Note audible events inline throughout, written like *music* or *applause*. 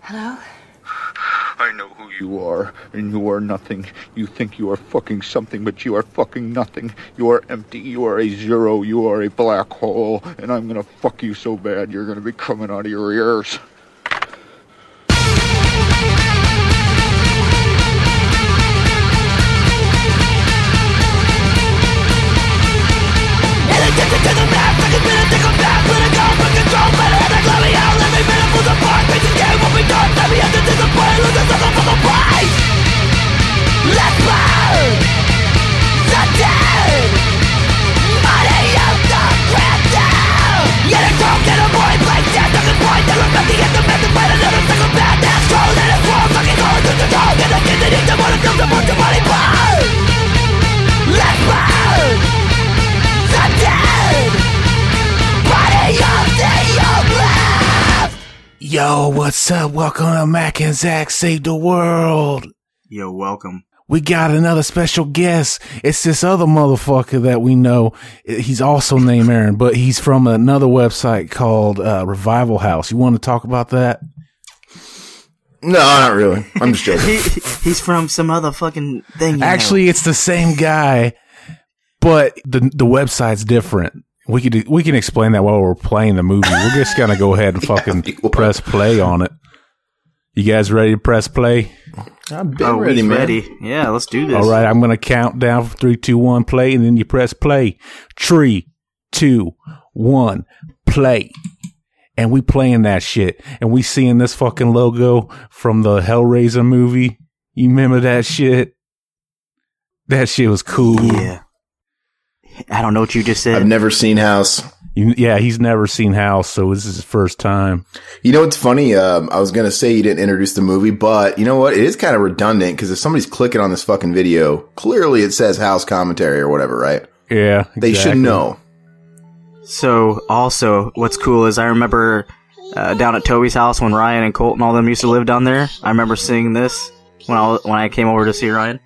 Hello? I know who you are, and you are nothing. You think you are fucking something, but you are fucking nothing. You are empty. You are a zero. You are a black hole, and I'm gonna fuck you so bad you're gonna be coming out of your ears. Yo, what's up? Welcome to Mac and Zach Save the World. Yo, welcome. We got another special guest. It's this other motherfucker that we know. He's also named Aaron, but he's from another website called uh, Revival House. You want to talk about that? No, not really. I'm just joking. He, he's from some other fucking thing. you know. Actually, it's the same guy, but the the website's different. We could we can explain that while we're playing the movie. We're just gonna go ahead *laughs* and fucking we will. press play on it. You guys ready to press play? I've been oh, ready, he's man. ready. Yeah, let's do this. All right, I'm gonna count down from three, two, one, play, and then you press play. Three, two, one, play. And we playing that shit, and we seeing this fucking logo from the Hellraiser movie. You remember that shit? That shit was cool. Yeah. I don't know what you just said. I've never seen House. You- yeah. He's never seen House, so this is his first time. You know what's funny? Um, I was gonna say you didn't introduce the movie, but you know what? It is kind of redundant because if somebody's clicking on this fucking video, clearly it says House commentary or whatever, right? Yeah, They should exactly. know. so, also, what's cool is I remember uh, down at Toby's house when Ryan and Colt and all them used to live down there. I remember seeing this when I was- when I came over to see Ryan.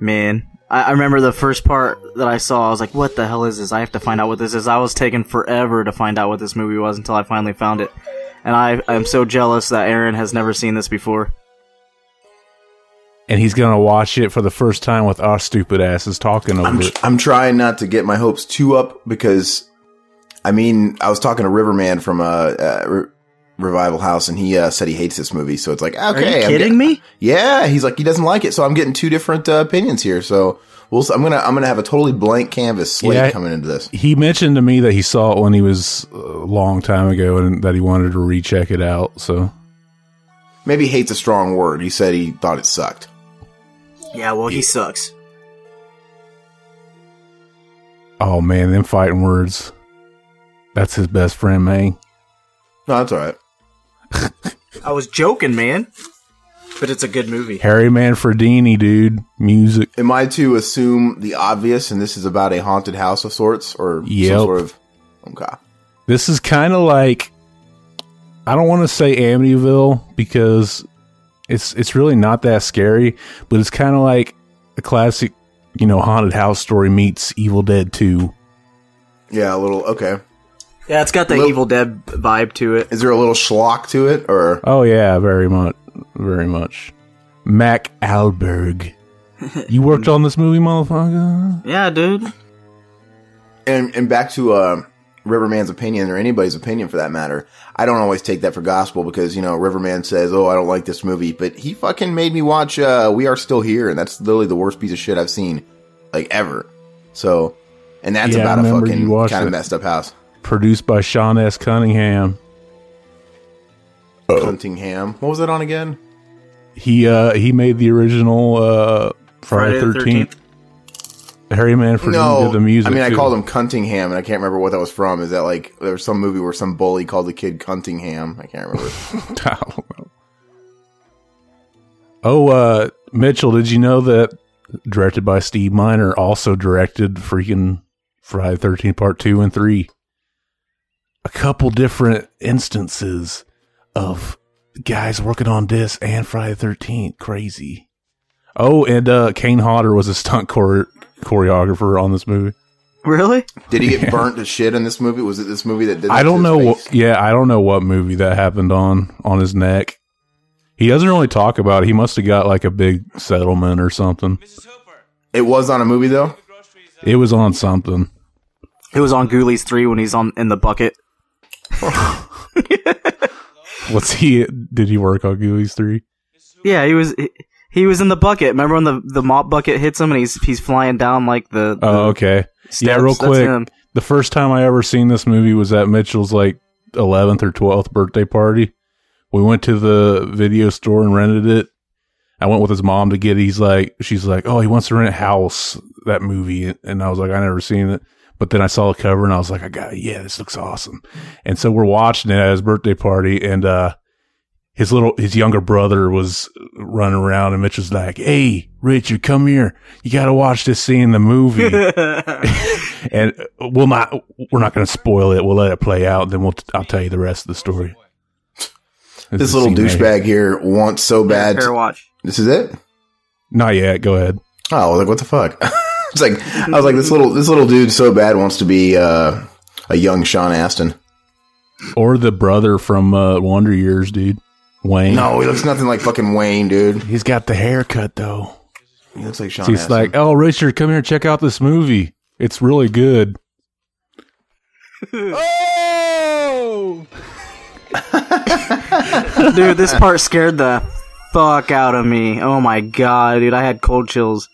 Man, I, I remember the first part that I saw. I was like, "What the hell is this?" I have to find out what this is. I was taking forever to find out what this movie was until I finally found it. And I am so jealous that Aaron has never seen this before. and he's gonna watch it for the first time with our stupid asses talking over I'm, it. I'm trying not to get my hopes too up because, I mean, I was talking to Riverman from uh, uh, Re- Revival House, and he uh, said he hates this movie. So it's like, okay, Are you I'm kidding get- me? yeah, he's like he doesn't like it. So I'm getting two different uh, opinions here. So we'll, s- I'm gonna I'm gonna have a totally blank canvas slate Yeah. coming into this. He mentioned to me that he saw it when he was a long time ago and that he wanted to recheck it out. So Maybe hates a strong word. He said he thought it sucked. Yeah, well, he sucks. Oh man, them fighting words. That's his best friend, man. No, that's all right. I was joking, man. But it's a good movie. Harry Manfredini, dude. Music. Am I to assume the obvious? And this is about a haunted house of sorts, or Yep. some sort of okay. This is kind of like I don't want to say Amityville because it's it's really not that scary, but it's kind of like a classic, you know, haunted house story meets Evil Dead 2. Yeah, a little okay. Yeah, it's got the Well- Evil Dead vibe to it. Is there a little schlock to it, or Oh yeah, very much, very much. Mac Alberg, you worked on this movie, motherfucker. Yeah, dude. and and back to uh, Riverman's opinion or anybody's opinion for that matter. I don't always take that for gospel because you know Riverman says, "Oh, I don't like this movie," but he fucking made me watch uh, "We Are Still Here," and that's literally the worst piece of shit I've seen like ever. So, and that's Yeah, I about a remember fucking you watched kind it. of messed up house. Produced by Sean S. Cunningham. Oh. Cuntingham, what was that on again? He uh he made the original uh Friday Friday the Thirteenth. Harry Manfred did the music. I mean, I too. called him Cuntingham, and I can't remember what that was from. Is that like there was some movie where some bully called the kid Cuntingham? I *laughs* can't remember. I don't know. Oh, uh, Mitchell, did you know that directed by Steve Miner also directed freaking Friday Thirteenth Part Two and Three? A couple different instances of guys working on this and Friday Thirteenth. Crazy. Oh, and uh, Kane Hodder was a stunt chore- choreographer on this movie. Really? did he get burnt to shit in this movie? Was it this movie that did? I that don't to his know. face? What, yeah, I don't know what movie that happened on on his neck. He doesn't really talk about it. He must have got like a big settlement or something. It was on a movie though. It was on something. It was on Ghoulies three when he's on in the bucket. What's he? Did he work on Ghoulies three? Yeah, he was he, he was in the bucket. Remember when the the mop bucket hits him and he's he's flying down like the, the Oh, okay. yeah, steps? real That's quick. him. The first time I ever seen this movie was at Mitchell's like 11th or 12th birthday party. We went to the video store and rented it. I went with his mom to get it. He's like, she's like, oh, he wants to rent House, that movie. And I was like, I never seen it. But then I saw the cover and I was like, I got it. Yeah, this looks awesome. And so we're watching it at his birthday party and, uh, his little, his younger brother was running around and Mitchell's like, Hey, Richard, come here. You got to watch this scene in the movie *laughs* and uh, we'll not we're not going to spoil it. We'll let it play out, then we'll t- I'll tell you the rest of the story. This little scene right here. douchebag here wants so bad. Fair watch. this is it. Not yet. Go ahead. Oh, I was like what the fuck? *laughs* it's like I was like this little this little dude so bad wants to be uh, a young Sean Astin. Or the brother from uh, Wonder Years, dude, Wayne. No, he looks nothing like fucking Wayne, dude. he's got the haircut though. He looks like Sean. So he's Astin. like, "Oh, Richard, come here, check out this movie. It's really *laughs* good." oh, *laughs* Dude, this part scared the fuck out of me. Oh my god, dude, I had cold chills.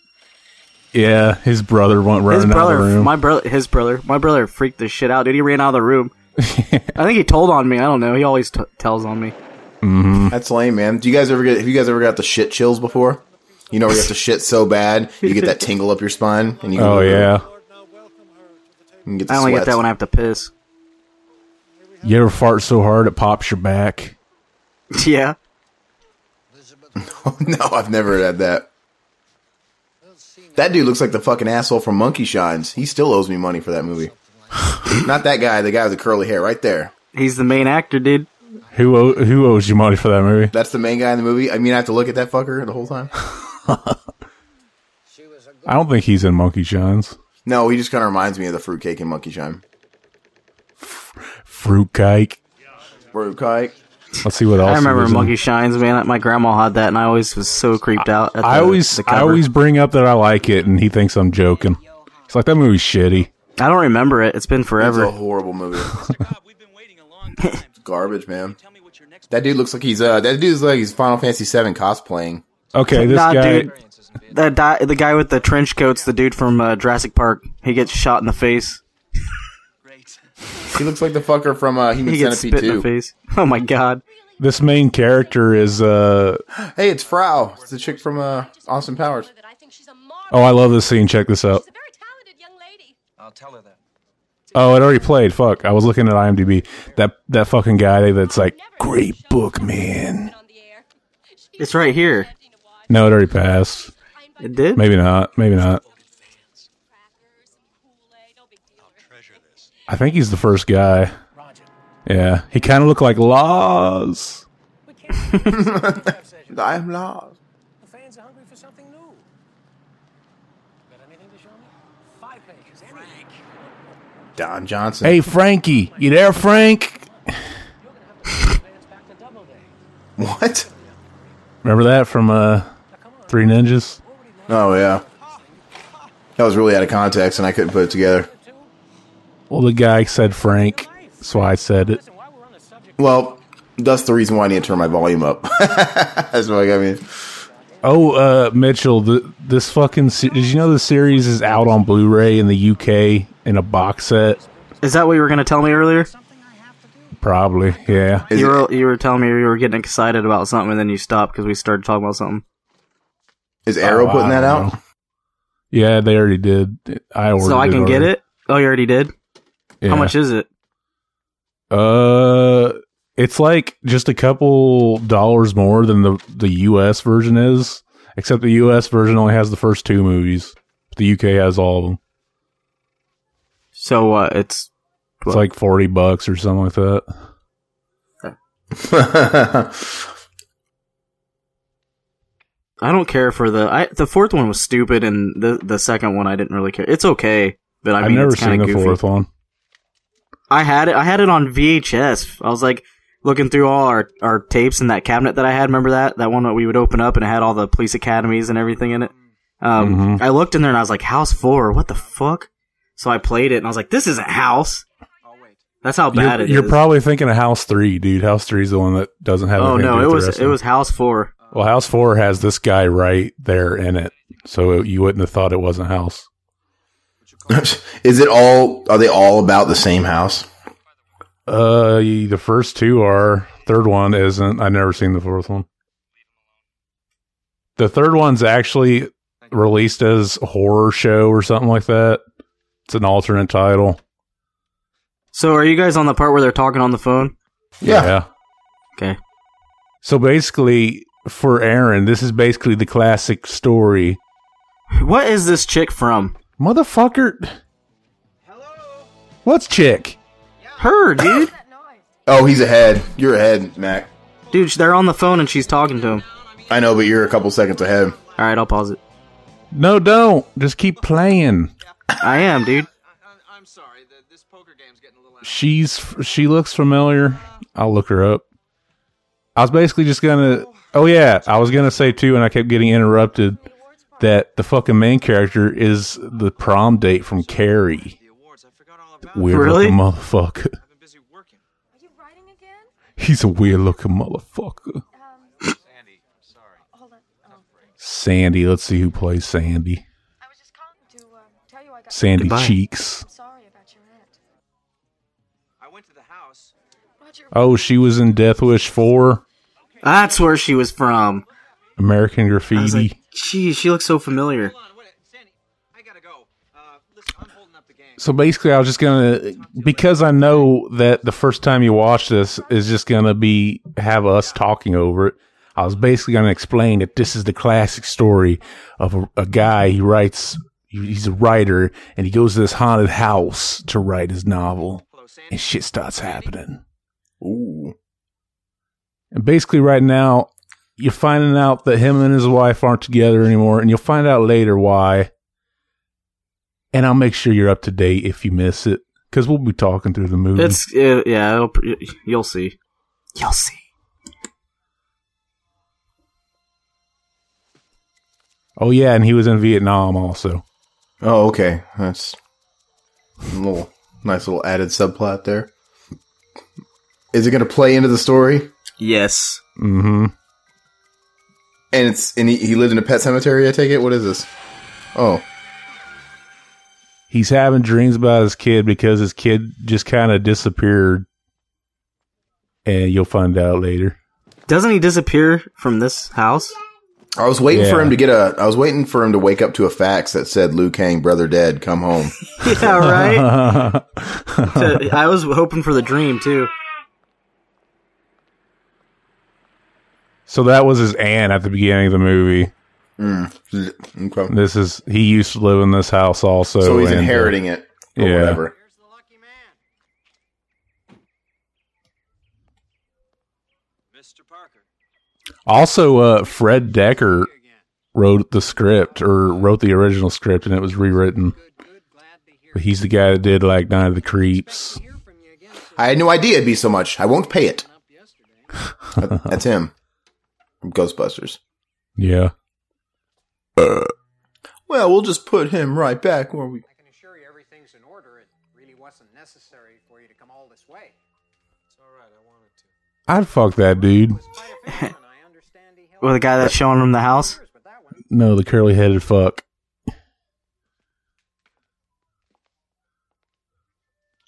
yeah. His brother went His running out of brother, the room. my brother, his brother, my brother freaked the shit out, dude. He ran out of *laughs* the room. I think he told on me. I don't know. He always t- tells on me. That's lame, man. Do you guys ever get? Have you guys ever got the shit chills before? You know, where you have to shit so bad, you get *laughs* that tingle up your spine, and you oh yeah. you get the I only get sweats. that when I have to piss. *laughs* You ever fart so hard it pops your back? Yeah. *laughs* no, I've never had that. That dude looks like the fucking asshole from Monkey Shines. He still owes me money for *laughs* that movie. Not that guy, the guy with the curly hair, right there. He's the main actor, dude. Who o- who owes you money for that movie? That's the main guy in the movie. I mean, I have to look at that fucker the whole time. I don't think he's in Monkey Shines. No, he just kind of reminds me of the fruitcake in Monkey Shine. Fruitcake. Fruitcake. Let's see what else. I remember was in. Monkey Shines, man. My grandma had that, and I always was so creeped out. At the, I always the I cover. always bring up that I like it, and he thinks I'm joking. It's like that movie's shitty. I don't remember it. It's been That's a forever. horrible movie. God, we've been waiting a long *laughs* time. Garbage, man. Tell me what your next That dude looks like he's uh that dude's like he's Final Fantasy VII cosplaying. Okay, this Nah, guy. dude. The, di- the guy with the trench coats, the dude from uh, Jurassic Park, he gets shot in the face. great. He looks like the fucker from uh, *laughs* Human He gets Centipede spit in the Two. face. Oh my god. This main character is. uh Hey, it's Frau. It's the chick from uh, Austin Powers. That I think she's a marvel. Oh, I love this scene. Check this out. She's a very talented young lady. I'll tell her that. Oh, it already played. Fuck, I was looking at IMDb. That that fucking guy that's like great book man. Been on the air. She's It's right here. acting a while. No, it already passed. I It invited did? Maybe not. Maybe not. crackers and Kool-Aid. No big deal. I think he's the first guy. Yeah, he kind of looked like Laws. I am lost. The fans are hungry for something new. Got anything to show me? Five pages. Frank. Don Johnson. Hey, Frankie, you there, Frank? You're gonna have to send the fans back to Doubleday. what? Remember that from uh, Three Ninjas? Oh yeah, that was really out of context, and I couldn't put it together. Well, the guy said Frank, so I said it. Listen, while we're on the subject, Well, that's the reason why I need to turn my volume up. *laughs* that's what I got me. Oh, uh, Mitchell, the, this fucking se- did you know the series is out on Blu-ray in the UK in a box set? Is that what you were going to tell me earlier? Probably, yeah. Is you it, were you were telling me you were getting excited about something and then you stopped because we started talking about something. is Arrow Oh, putting I that don't out? know. Yeah, they already did. I ordered. so I can get already. it. Oh, you already did. Yeah. How much is it? Uh, it's like just a couple dollars more than the the US version is, except the US version only has the first two movies. The UK has all of them. So uh, it's It's like forty bucks or something like that. I don't care for the I the fourth one was stupid and the the second one I didn't really care. It's okay, but I I have mean never it's kind seen of the goofy. fourth one. I had it I had it on VHS. I was like, looking through all our, our tapes in that cabinet that I had. Remember that? That one that we would open up and it had all the police academies and everything in it. Um, Mhm. I looked in there and I was like, House 4, what the fuck? So I played it and I was like, this isn't House. I'll wait. That's how bad You're, it is. you're probably thinking of House Three, dude. House Three is the one that doesn't have. Oh anything no, to do it with the was rest it of was House 4. Well, House Four has this guy right there in it, so you wouldn't have thought it wasn't House. *laughs* Is it all? Are they all about the same house? Uh, y- the first two are. Third one isn't. I've never seen the fourth one. The third one's actually released as horror show or something like that. It's an alternate title. So are you guys on the part where they're talking on the phone? Yeah. Okay. *laughs* So basically, for Aaron, this is basically the classic story. What is this chick from? Motherfucker. Hello. What's chick? Her, dude. Oh, he's ahead. You're ahead, Mac. dude, they're on the phone and she's talking to him. I know, but you're a couple seconds ahead. All right, I'll pause it. No, don't. Just keep playing. I am, dude. I, am sorry. this poker game's getting a little out. She's she looks familiar. I'll look her up. I was basically just gonna. Oh yeah, I was gonna say too, and I kept getting interrupted. That the fucking main character is the prom date from Carrie. The awards. I forgot all about Weird Really? looking motherfucker. I've been busy working. Are you writing again? He's a weird looking motherfucker. Sandy, I'm sorry. Hold on. Oh, Sandy, let's see who plays Sandy. I was just calling to um, tell you I got. Sandy Goodbye. Cheeks. I'm sorry about your aunt. I went to the house. Roger. Oh, she was in Death Wish 4, That's where she was from. American I was Graffiti. like, geez, she looks so familiar. Hold on, wait, a- Sandy, I gotta go. Uh, listen, I'm holding up the game. so basically, I was just going to, because I know that the first time you watch this is just going to be have us talking over it. I was basically going to explain that this is the classic story of a, a guy. He writes, he's a writer, and he goes to this haunted house to write his novel, Hello, Sandy. and shit starts happening. Ooh. And basically, right now, you're finding out that him and his wife aren't together anymore, and you'll find out later why. And I'll make sure you're up to date if you miss it, because we'll be talking through the movie. It's uh, yeah, it'll, pr- you'll see. You'll see. oh yeah, and he was in Vietnam also. Oh, okay. That's a little nice little added subplot there. Is it going to play into the story? Yes. Mm-hmm. And it's and he, he lived in a pet cemetery. I take it. What is this? Oh, He's having dreams about his kid because his kid just kind of disappeared, and you'll find out later. *laughs* Doesn't he disappear from this house? *laughs* I was waiting for Yeah. him to get a. I was waiting for him to wake up to a fax that said, "Liu Kang, brother dead, *laughs* come home." yeah, right. To- I was hoping for the dream too. so that was his aunt at the beginning of the movie. Okay. This is he used to live in this house also. So he's and, uh, inheriting it or yeah. whatever. Here's the lucky man. Mr. Parker. Also, uh, Fred Decker wrote the script or wrote the original script, and it was rewritten. Good, good. Glad to hear. But he's the guy that did like Night of the Creeps. Hear from you again. So I had no idea it'd be so much. I won't pay *laughs* it. up yesterday. That- That's him. From Ghostbusters. Yeah, Well, we'll just put him right back where we. I can assure you everything's in order. It really wasn't necessary for you to come all this way. It's all right. I wanted to. I'd fuck that dude. It was quite a feat, and I understand he held Well, the guy that's showing him the house. years with that one. No, the curly headed fuck.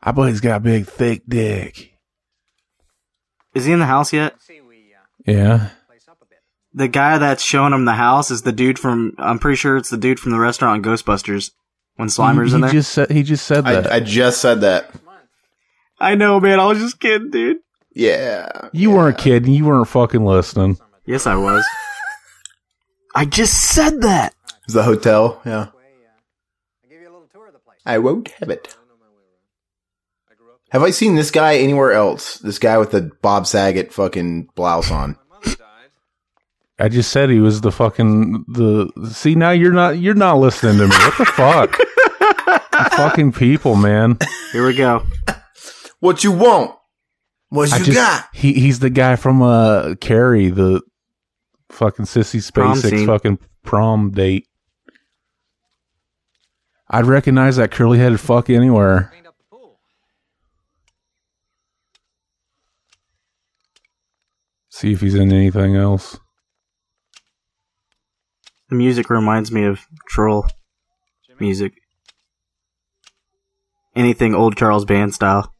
I bet he's got a big thick dick. Is he in the house yet? See, we uh, Yeah, place up a bit. The guy that's showing him the house is the dude from. I'm pretty sure it's the dude from the restaurant in Ghostbusters when Slimer's Mm, he, in there. He just said he just said that. I, I just said that. I know, man. I was just kidding, dude. Yeah. you weren't kidding. You weren't fucking listening. Yes, I was. I just said that. It's the hotel. Yeah. Way, uh, I'll give you a little tour of the place. I won't have it. I know my way around. I grew up. Have I seen this guy anywhere else? This guy with the Bob Saget fucking blouse on. My mother died. I just said he was the fucking the. See now you're not you're not listening to me. What the fuck? You fucking people, man. Here we go. What you want? What I you just- got? He he's the guy from uh Carrie, the fucking sissy Prom SpaceX scene. fucking prom date. I'd recognize that curly headed fuck anywhere. Cleaned up the pool. See if he's in anything else. The music reminds me of troll music. Anything old Charles Band style.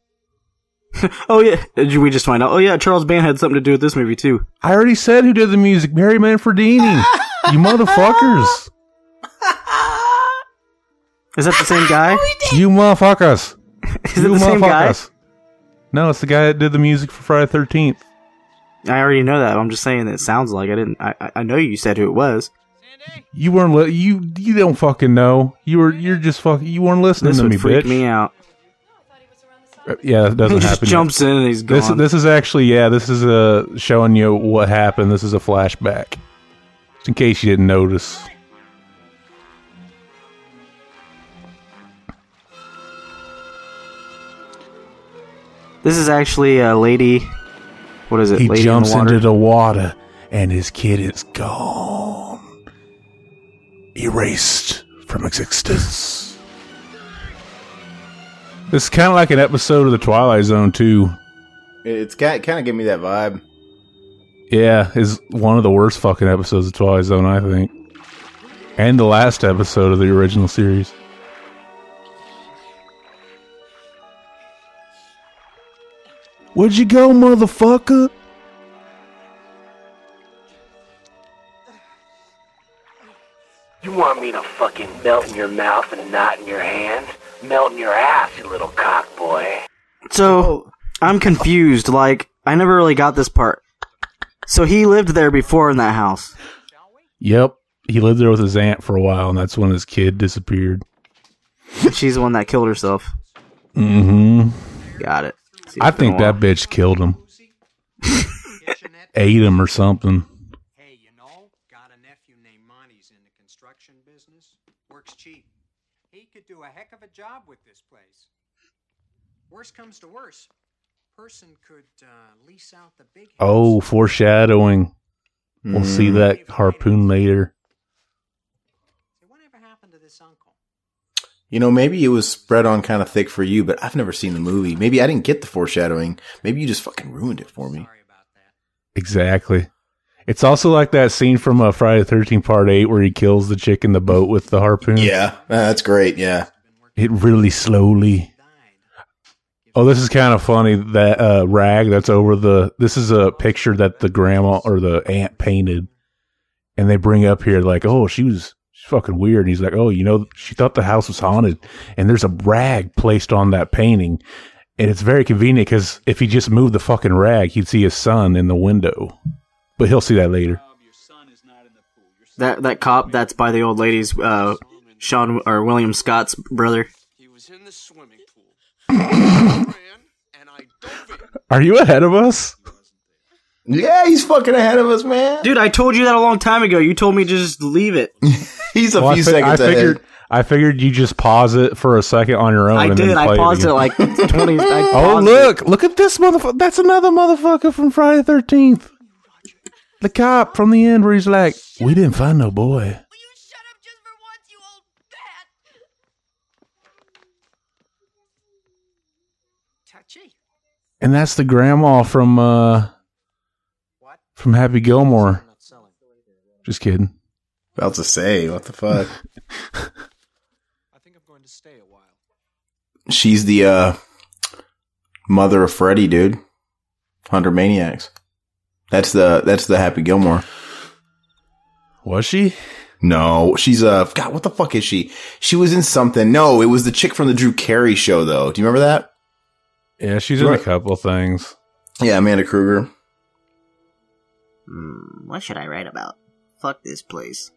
*laughs* oh yeah, did we just find out? Oh yeah, Charles Band had something to do with this movie too. I already said who did the music, Mary Manfredini. you motherfuckers. Is that the same guy? You motherfuckers. Is it you the same guy? motherfuckers. No, it's the guy that did the music for Friday thirteenth. I already know that. I'm just saying that it sounds like I didn't. I I- I know you said who it was. Sandy? You weren't li- you you don't fucking know. You were you're just fucking you weren't listening This to would me, freak bitch. me out. Uh, Yeah, that He doesn't *laughs* just happen. jumps in and he's gone. This this is actually yeah. This is uh, showing you what happened. This is a flashback, just in case you didn't notice. This is actually a lady. What is it? He lady jumps in the water. into the water, and his kid is gone, erased from existence. This is kind of like an episode of the Twilight Zone too. It's kind kind of give me that vibe. Yeah, is one of the worst fucking episodes of Twilight Zone, I think, and the last episode of the original series. Where'd you go, motherfucker? You want me to fucking melt in your mouth and not in your hands? Melt in your ass, you little cockboy. So I'm confused. Like I never really got this part. So he lived there before in that house. Yep, he lived there with his aunt for a while, and that's when his kid disappeared. And She's the one that killed herself. Mm-hmm. Got it. See, I it's been think a while. that bitch killed him, *laughs* ate him, or something. Hey, you know, got a nephew named Monty's in the construction business. Works cheap. He could do a heck of a job with this place. Worst comes to worst, person could uh, lease out the big. Oh, house. foreshadowing. We'll see that harpoon later. Say, whatever happened to this uncle? You know, maybe it was spread on kind of thick for you, but I've never seen the movie. Maybe I didn't get the foreshadowing. Maybe you just fucking ruined it for me. Sorry about that. Exactly. It's also like that scene from uh, Friday the Thirteenth Part Eight where he kills the chick in the boat with the harpoon. Yeah, uh, that's great. Yeah, it really slowly. Died. Oh, this is kind of funny. That uh, rag that's over the. This is a picture that the grandma or the aunt painted, and they bring up here like, "Oh, she was she's fucking weird." And he's like, "Oh, you know, she thought the house was haunted, and there's a rag placed on that painting." And it's very convenient because if he just moved the fucking rag, he'd see his son in the window. But he'll see that later. that that cop that's by the old lady's uh, Sean or William Scott's brother. He was in the swimming pool. I ran and I dove in. Are you ahead of us? yeah, he's fucking ahead of us, man. Dude, I told you that a long time ago. You told me to just leave it. He's a Well, few fi- seconds figured, ahead. I figured you just pause it for a second on your own. I and then did. play I paused again. it, *laughs* like twenty. I oh paused it. look! Look at this motherfucker. That's another motherfucker from Friday Thirteenth. The cop from the end where he's like, "We didn't find no boy." Will you shut up just for once, you old bat? Touchy. And that's the grandma from uh What? from Happy Gilmore. I'm not selling. Just kidding. About to say, what the fuck? I think I'm going to stay a while. She's the uh, mother of Freddy, dude. Hundred Maniacs. That's the that's the Happy Gilmore. Was she? No, she's uh God. What the fuck is she? She was in something. No, it was the chick from the Drew Carey show, though. Do you remember that? Yeah, she's in in a a couple things. Yeah, Amanda Kruger. Hmm, what should I write about? Fuck this place.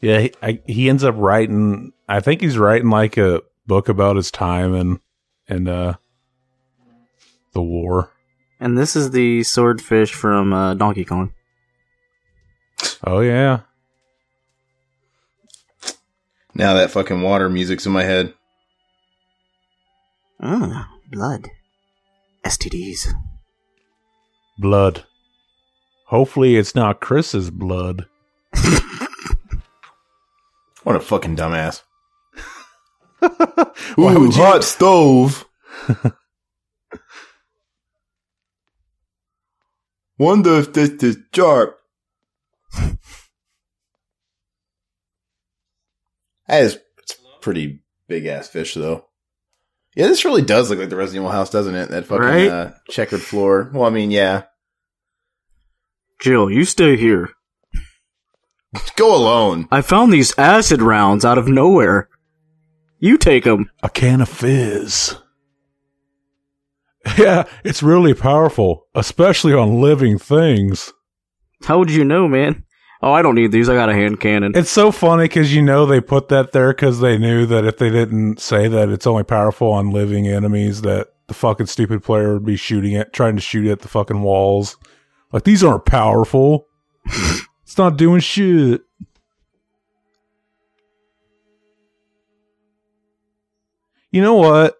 Yeah, he, I, he ends up writing. I think he's writing like a book about his time and and uh the war. And this is the swordfish from uh, Donkey Kong. Oh yeah, Now that fucking water music's in my head. Ah, Hmm, blood. STDs. Blood. Hopefully, it's not Chris's blood. What a fucking *laughs* dumbass. Why Ooh, would you- hot stove. *laughs* Wonder if this is sharp. *laughs* that is it's a pretty big ass fish though. Yeah, this really does look like the Resident Evil house, doesn't it? That fucking Right? uh, checkered floor. Well, I mean, yeah. Jill, you stay here. Go alone. I found these acid rounds out of nowhere. You take them. A can of fizz. *laughs* Yeah, it's really powerful, especially on living things. How would you know, man? Oh, I don't need these. I got a hand cannon. It's so funny because you know they put that there because they knew that if they didn't say that it's only powerful on living enemies, that the fucking stupid player would be shooting at, trying to shoot at the fucking walls. Like these aren't powerful. *laughs* it's not doing shit. You know what?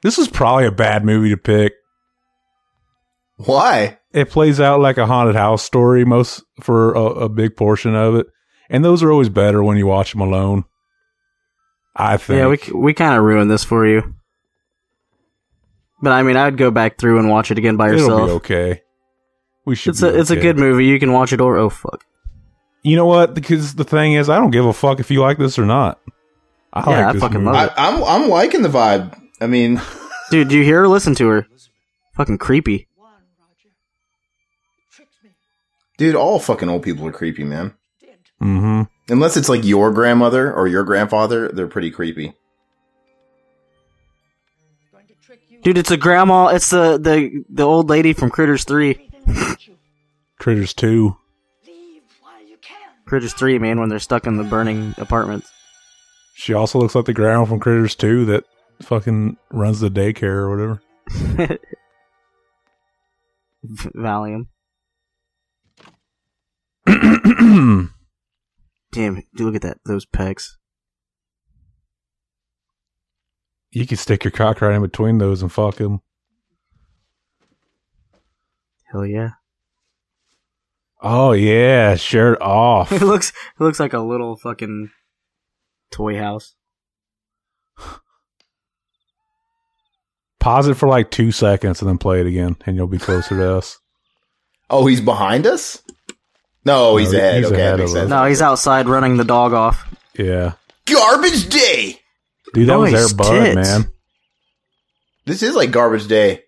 This is probably a bad movie to pick. Why? It plays out like a haunted house story most for a, a big portion of it, and those are always better when you watch them alone. I think. yeah, we c- we kind of ruined this for you. But I mean, I'd go back through and watch it again by It'll yourself. be okay. We should. It's be a it's a okay. good movie. You can watch it or oh fuck. You know what? Because the thing is, I don't give a fuck if you like this or not. I Yeah, like I this fucking movie. love I, I'm I'm liking the vibe. I mean, Dude, do you hear her? Listen to her. Fucking creepy. One, Roger. Tricked me. dude, all fucking old people are creepy, man. Did. Mm-hmm. Unless it's like your grandmother or your grandfather, they're pretty creepy. Going to trick you. Dude, it's a grandma. It's the the the old lady from Critters Three. Breathing at you. Critters Two. Leave while you can. Critters Three, man, when they're stuck in the burning apartments. She also looks like the girl from Critters Two that fucking runs the daycare or *clears throat* whatever. Valium. Damn, dude, look at that. Those pecs. you could stick your cock right in between those and fuck him. Hell yeah. *laughs* Oh yeah, shirt *laughs* off. it looks it looks like a little fucking toy house. Pause it for like two seconds and then play it again, and you'll be closer to *laughs* us. Oh, he's behind us? No, he's No, ahead. he's okay, that ahead makes of sense. No, he's outside running the dog off. Yeah, Garbage day. dude, that was Nice their bud, tits. man. This is like garbage day.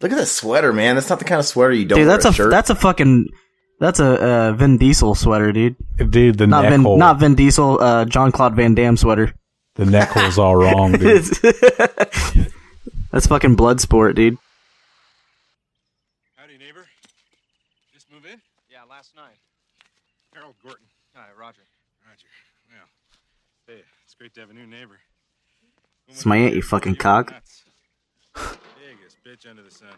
Look at that sweater, man. That's not the kind of sweater you don't dude, wear that's a, a shirt. that's a fucking that's a uh, Vin Diesel sweater, dude. Dude, the Not neck Vin hole, not Vin Diesel, uh John Claude Van Damme sweater. the neck hole's all *laughs* wrong, dude. that's fucking blood sport, dude. Howdy, neighbor. Just move in? Yeah, last night. Harold Gorton. Hi, Roger. Roger. Well, hey, it's great to have a new neighbor. It's my aunt, you fucking cock. *laughs* Nuts. Biggest bitch under the sun.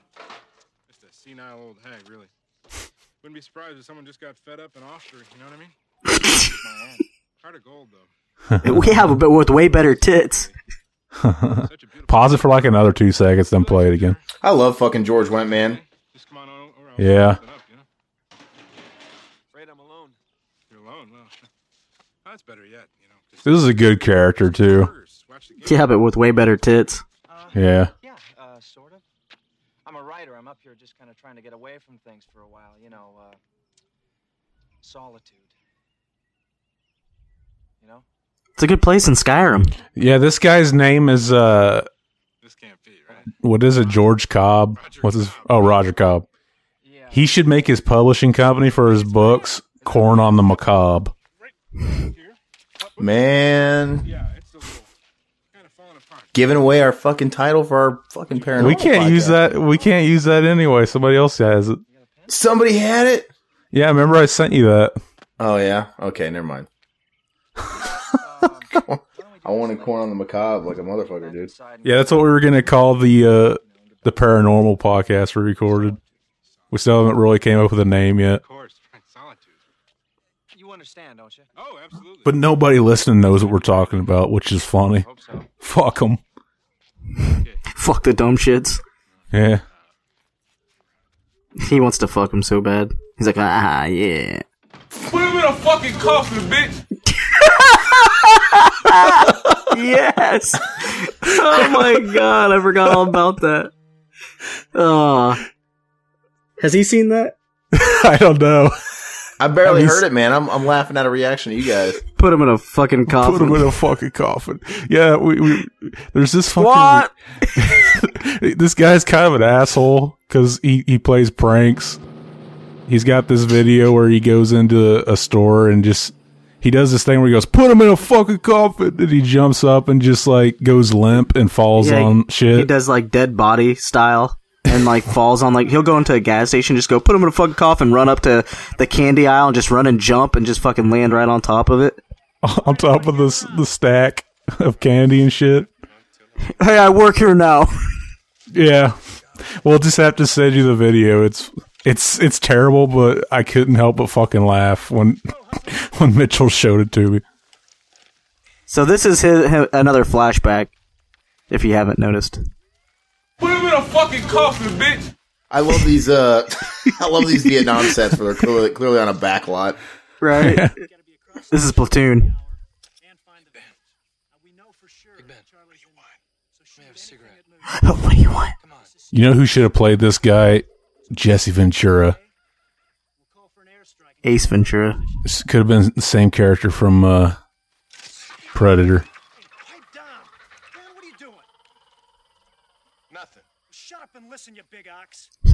Just a senile old hag, really. Wouldn't be surprised if someone just got fed up and offed her, you know what I *laughs* mean? my aunt. Heart of gold, though. we have a bit with way better tits. Such a beautiful... Pause it for like another two seconds, then play it again. I love fucking George Went, man. Just come on o- over. I'll Yeah. set something Up, you know? Afraid I'm alone. You're alone, well. That's better yet, you know. 'cause This is a good character too. first, watch the game. Yeah, but with way better tits. Uh, Yeah, yeah, uh, sort of. I'm a writer. I'm up here just kind of trying to get away from things for a while. You know, uh, solitude. You know? It's a good place in Skyrim. yeah. This guy's name is uh, This can't be, right? what is it? George Cobb. What's his? Oh, Roger Cobb. Yeah. He should make his publishing company for his books, Corn on the Macabre. Man, Yeah, it's a little kind of falling apart. giving away our fucking title for our fucking paranormal. We can't use podcast. that. We can't use that anyway. Somebody else has it. Somebody had it. Yeah, remember I sent you that. Oh yeah. Okay, *laughs* never mind. I wanted corn on the macabre like a motherfucker, dude. Yeah, that's what we were gonna call the uh the paranormal podcast we recorded. We still haven't really came up with a name yet. Of course, *laughs* right, solitude. You understand, don't you? Oh, absolutely. But nobody listening knows what we're talking about, which is funny. Hope so. Fuck them. Fuck the dumb shits. Yeah. He wants to fuck him so bad. He's like, ah, yeah. Put him in a fucking coffin, bitch. *laughs* yes. Oh my god, I forgot all about that. Oh. Has he seen that? *laughs* I don't know. I barely Have you heard it, man. I'm, I'm laughing at a reaction to you guys. Put him in a fucking *laughs* coffin. Put him in a fucking coffin. Yeah, we, we there's this fucking What? this guy's kind of an asshole because he, he plays pranks. He's got this video where he goes into a store and just he does this thing where he goes, "Put him in a fucking coffin," and he jumps up and just like goes limp and falls Yeah, on He shit. does like dead body style and like *laughs* falls on like he'll go into a gas station, just go put him in a fucking coffin, run up to the candy aisle and just run and jump and just fucking land right on top of it. *laughs* on top of this the stack of candy and shit. Hey, I work here now. *laughs* Yeah, we'll just have to send you the video. It's it's it's terrible, but I couldn't help but fucking laugh when *laughs* when Mitchell showed it to me. So this is his, his another flashback, if you haven't noticed. Put him in a fucking coffin, bitch. I love these. Uh, *laughs* I love these Vietnam sets where they're clearly, clearly on a back lot. Right. this is platoon. Uh, Oh, What do you want? You know who should have played this guy? Jesse Ventura. Ace Ventura. This could have been the same character from uh, Predator.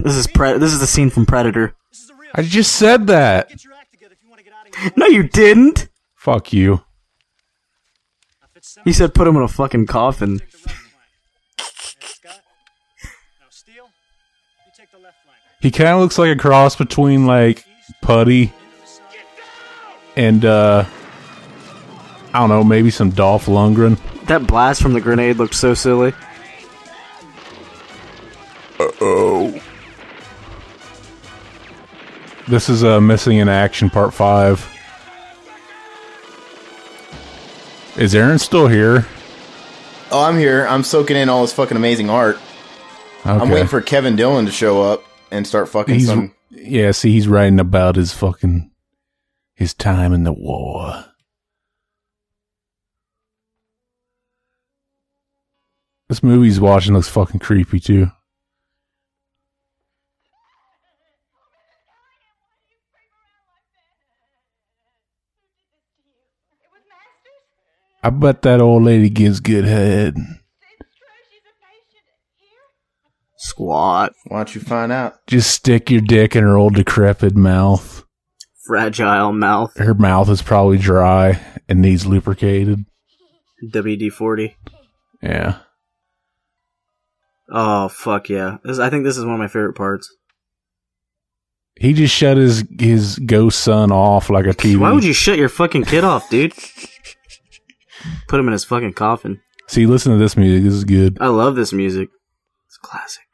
This is pre- this is the scene from Predator. *laughs* I just said that. No, you didn't. Fuck you. You said put him in a fucking coffin. He kind of looks like a cross between like Putty and uh, I don't know, maybe some Dolph Lundgren. That blast from the grenade looked so silly. Uh oh. This is uh, missing in action part five. Is Aaron still here? Oh, I'm here. I'm soaking in all this fucking amazing art. I'm Okay. waiting for Kevin Dillon to show up and start fucking He's- some. yeah, see, he's writing about his fucking his time in the war. This movie he's watching looks fucking creepy too. I bet that old lady gives good head. Squat. Why don't you find out? Just stick your dick in her old decrepit mouth. Fragile mouth. her mouth is probably dry and needs lubricated. WD forty. Yeah. Oh fuck yeah! This, I think this is one of my favorite parts. He just shut his his ghost son off like a TV. Why would you shut your fucking kid off, dude? Put him in his fucking coffin. See, listen to this music. This is good. I love this music. It's classic.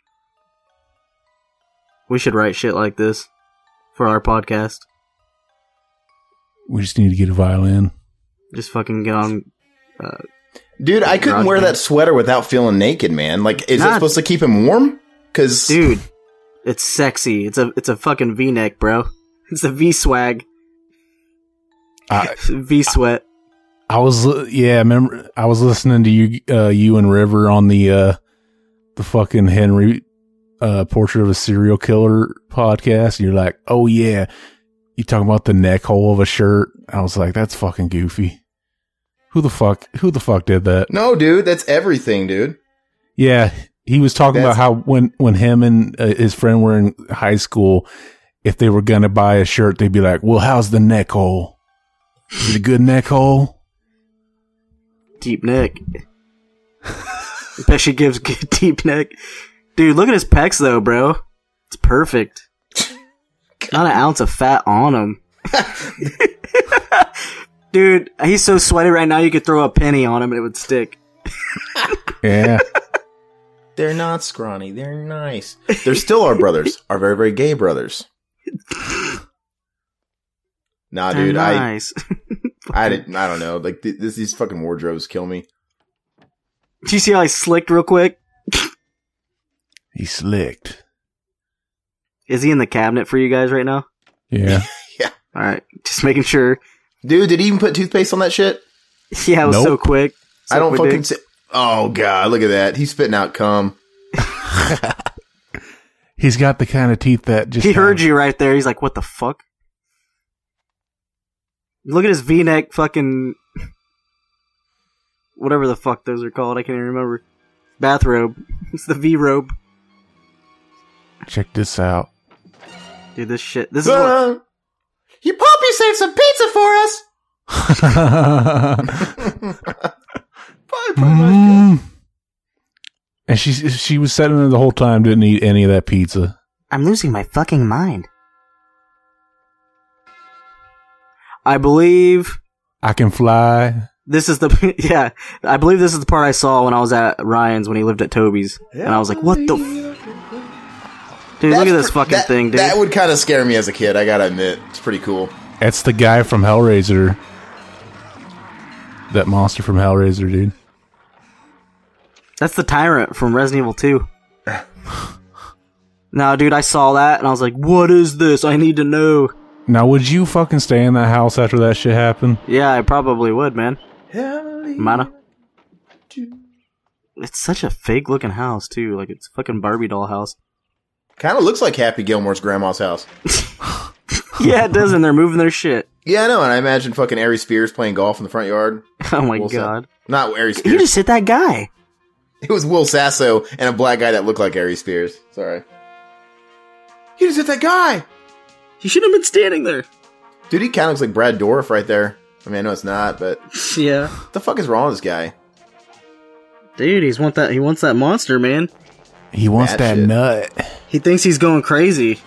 We should write shit like this for our podcast. We just need to get a violin. Just fucking get on. Uh, Dude, I couldn't Garage wear band. that sweater without feeling naked, man. Like, is it Nah. supposed to keep him warm? Because dude, it's sexy. It's a it's a fucking V neck, bro. It's a V swag, *laughs* I V sweat. I was li- yeah, remember I was listening to you uh you and River on the uh the fucking Henry uh portrait of a serial killer podcast and you're like, "Oh yeah, you talking about the neck hole of a shirt." I was like, "That's fucking goofy." Who the fuck who the fuck did that? no, dude, that's everything, dude. Yeah, he was talking That's- about how when when him and uh, his friend were in high school, if they were gonna buy a shirt, they'd be like, "Well, how's the neck hole? Is it a good neck hole?" deep neck. *laughs* Bet she gives good *laughs* deep neck. Dude, look at his pecs though, bro. It's perfect. Not an ounce of fat on him. *laughs* Dude, he's so sweaty right now you could throw a penny on him and it would stick. Yeah, *laughs* They're not scrawny. They're nice. They're still our brothers. Our very, very gay *laughs* brothers. Nah, Ah, dude. I, nice. *laughs* I didn't. I don't know. Like th- this, these fucking wardrobes kill me. Do you see how he slicked real quick? he slicked. Is he in the cabinet for you guys right now? *laughs* Yeah. yeah. All right. Just making sure. *laughs* Dude, did he even put toothpaste on that shit? Yeah, it was so quick. So I don't quick, fucking. dude. Say, oh god, look at that. He's spitting out cum. He's got the kind of teeth that just he heard you right there. He's like, "What the fuck?" Look at his V-neck, fucking whatever the fuck those are called. I can't even remember. Bathrobe. It's the V robe, Check this *laughs* out. *laughs* dude. This shit. This is *laughs* what, Your puppy Uh, saved some pizza for us. Oh Mm-hmm. Mm. And she she was sitting there the whole time, didn't eat any of that pizza. I'm losing my fucking mind. I believe I can fly. this is the *laughs* yeah. I believe this is the part I saw when I was at Ryan's when he lived at Toby's, and I was like, "What the f- dude? look at this fucking that, thing, dude." That would kind of scare me as a kid. I gotta admit, it's pretty cool. That's the guy from Hellraiser. That monster from Hellraiser, dude. That's the tyrant from Resident Evil 2. *laughs* no, dude, I saw that and I was like, what is this? I need to know. Now, would you fucking stay in that house after that shit happened? Yeah, I probably would, man. Mana. It's such a fake looking house, too. Like, it's a fucking Barbie doll house. Kind of looks like Happy Gilmore's grandma's house. *laughs* yeah, it does, and they're moving their shit. *laughs* Yeah, I know. And I imagine fucking Ari Spears playing golf in the front yard. Oh my Will Sa- god. Not He Ari Spears. just hit that guy. *laughs* It was Will Sasso and a black guy that looked like Ari Spears. Sorry. You just hit that guy. He should have been standing there. Dude, he kind of looks like Brad Dorff right there. I mean, I know it's not, but *laughs* Yeah. what the fuck is wrong with this guy? Dude, he's want that he wants that monster, man. He wants That that, shit. nut. He thinks he's going crazy.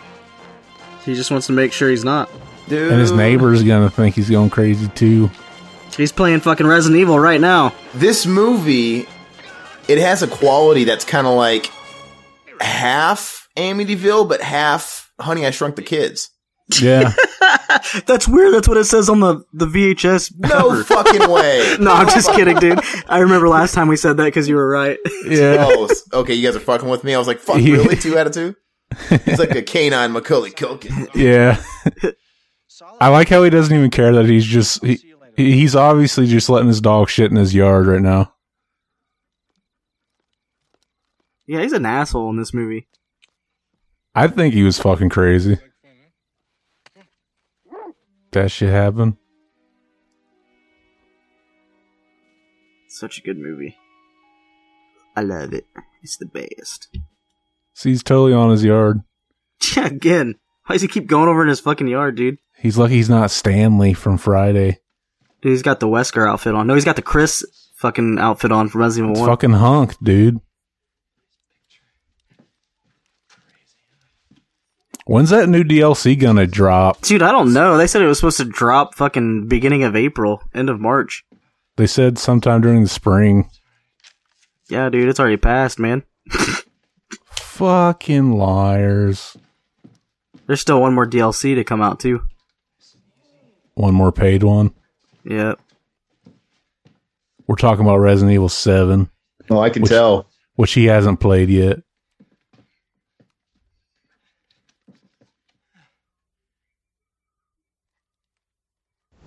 He just wants to make sure he's not. Dude. And his neighbor's gonna think he's going crazy too. He's playing fucking Resident Evil right now. This movie, it has a quality that's kind of like half Amityville, but half Honey, I Shrunk the Kids. *laughs* Yeah. That's weird. That's what it says on the, the VHS. No fucking way. *laughs* No, I'm just kidding, dude. I remember last time we said that because you were right. *laughs* yeah. Oh, s- okay, you guys are fucking with me. I was like, fuck, Yeah. really? Two out of two? It's like a canine Macaulay *laughs* Culkin. Yeah. I like how he doesn't even care that he's just he, he's obviously just letting his dog shit in his yard right now. Yeah, he's an asshole in this movie. I think he was fucking crazy. That shit happened. Such a good movie. I love it. It's the best. *laughs* See, he's totally on his yard. Yeah, again. Why does he keep going over in his fucking yard, dude? He's lucky he's not Stanley from Friday. Dude, he's got the Wesker outfit on. No, he's got the Chris fucking outfit on from Resident It's Evil 1. fucking hunk, dude. When's that new DLC gonna drop? Dude, I don't know. They said it was supposed to drop fucking beginning of April, end of March. They said sometime during the spring. Yeah, dude, it's already passed, man. Fucking liars. There's still one more DLC to come out, too. One more paid one. Yeah. We're talking about Resident Evil 7, Oh, I can Which- tell. which he hasn't played yet.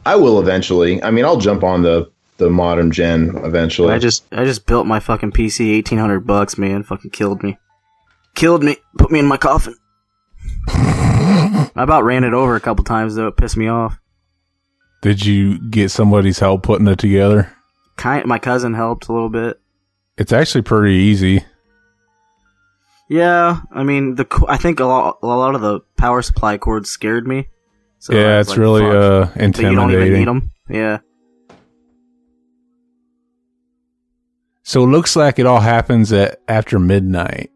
I will eventually. I mean, I'll jump on the the modern gen eventually. I just I just built my fucking PC eighteen hundred bucks, man. Fucking killed me. Killed me. Put me in my coffin. I about ran it over a couple times though, it pissed me off. Did you get somebody's help putting it together? Kind my cousin helped a little bit. It's actually pretty easy. Yeah, I mean the co- I think a lot a lot of the power supply cords scared me. So I yeah, was it's like, really fuck. uh But you don't even need intimidating. them. Yeah, So it looks like it all happens at after midnight.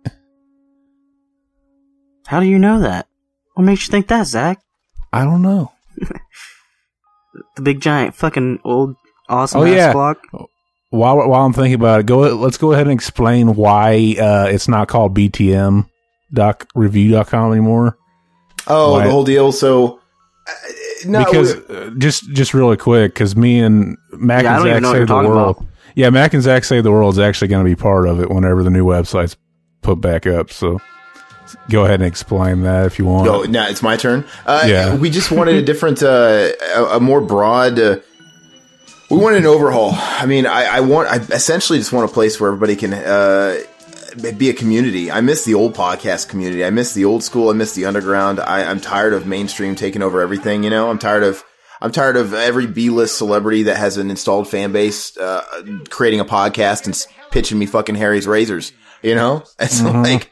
how do you know that? What makes you think that, Zach? I don't know. The big giant fucking old awesome Oh, ass yeah. clock. While while I'm thinking about it, go let's go ahead and explain why uh, it's not called BTM doc review.com anymore. oh, Why- the whole deal. So uh, no, because we- uh, just just really quick, because me and Mac Yeah, I and don't even Zach know what you're save the talking world. about. Yeah, Mac and Zach save the world is actually going to be part of it whenever the new website's put back up. So Go ahead and explain that if you want. No, now it's my turn. Uh, Yeah. We just wanted a different, uh, a, a more broad. Uh, we wanted an overhaul. I mean, I, I want, I essentially just want a place where everybody can uh, be a community. I miss the old podcast community. I miss the old school. I miss the underground. I, I'm tired of mainstream taking over everything. You know, I'm tired of. I'm tired of every B-list celebrity that has an installed fan base uh, creating a podcast and s- pitching me fucking Harry's razors. You know, *laughs* it's Mm-hmm. Mhm. like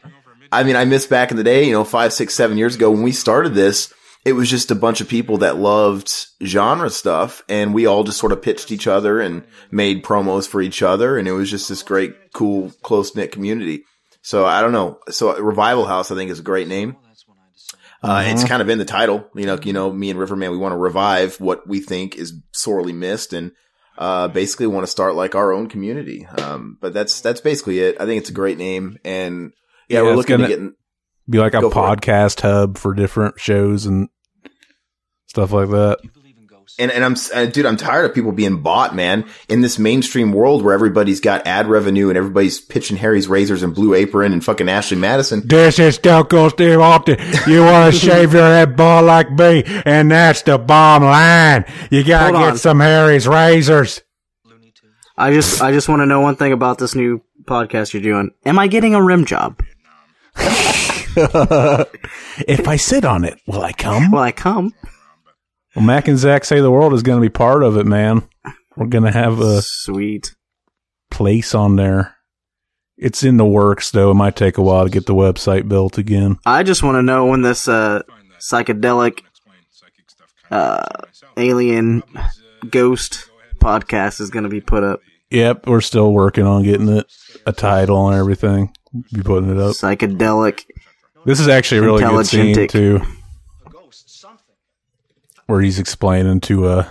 I mean, I miss back in the day, you know, five, six, seven years ago when we started this, it was just a bunch of people that loved genre stuff and we all just sort of pitched each other and made promos for each other. And it was just this great, cool, close knit community. So I don't know. So Revival House, I think is a great name. Uh, it's Uh-huh. kind of in the title, you know, you know, me and Riverman, we want to revive what we think is sorely missed and, uh, basically want to start like our own community. Um, but that's, that's basically it. I think it's a great name and yeah, we're it's looking gonna to get, be like a Go for it. podcast hub for different shows and stuff like that. and and I'm uh, dude, I'm tired of people being bought, man. In this mainstream world where everybody's got ad revenue and everybody's pitching Harry's razors and Blue Apron and fucking Ashley Madison. This is Delco Steve Austin. You *laughs* want to shave your head bald like me, and that's the bottom line. You gotta Hold get on. some Harry's *laughs* razors. I just I just want to know one thing about this new podcast you're doing. Am I getting a rim job? if I sit on it, will I come? Will I come? Well, Mac and Zach say the world is going to be part of it, man. We're going to have a sweet place on there. It's in the works, though. It might take a while to get the website built again. I just want to know when this uh, psychedelic uh, alien ghost podcast is going to be put up. Yep, we're still working on getting it a title and everything. Be putting it up. Psychedelic. This is actually a really good scene Intelligentic. too, where he's explaining to uh,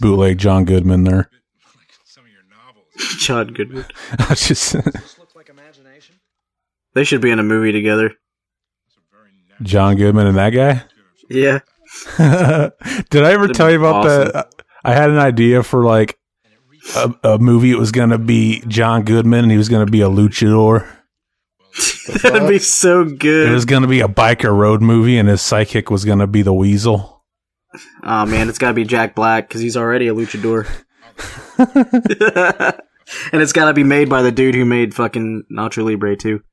bootleg John Goodman there. *laughs* John Goodman. I was just They should be in a movie together. John Goodman and that guy. *laughs* Yeah. *laughs* Did I ever That'd tell be you about that? I had an idea for like a, a movie. It was gonna be John Goodman, and he was gonna be a luchador. That'd be so good. It was gonna be a biker road movie, and his psychic was gonna be the weasel. Oh man, it's got to be Jack Black because he's already a luchador. and it's got to be made by the dude who made fucking Nacho Libre too.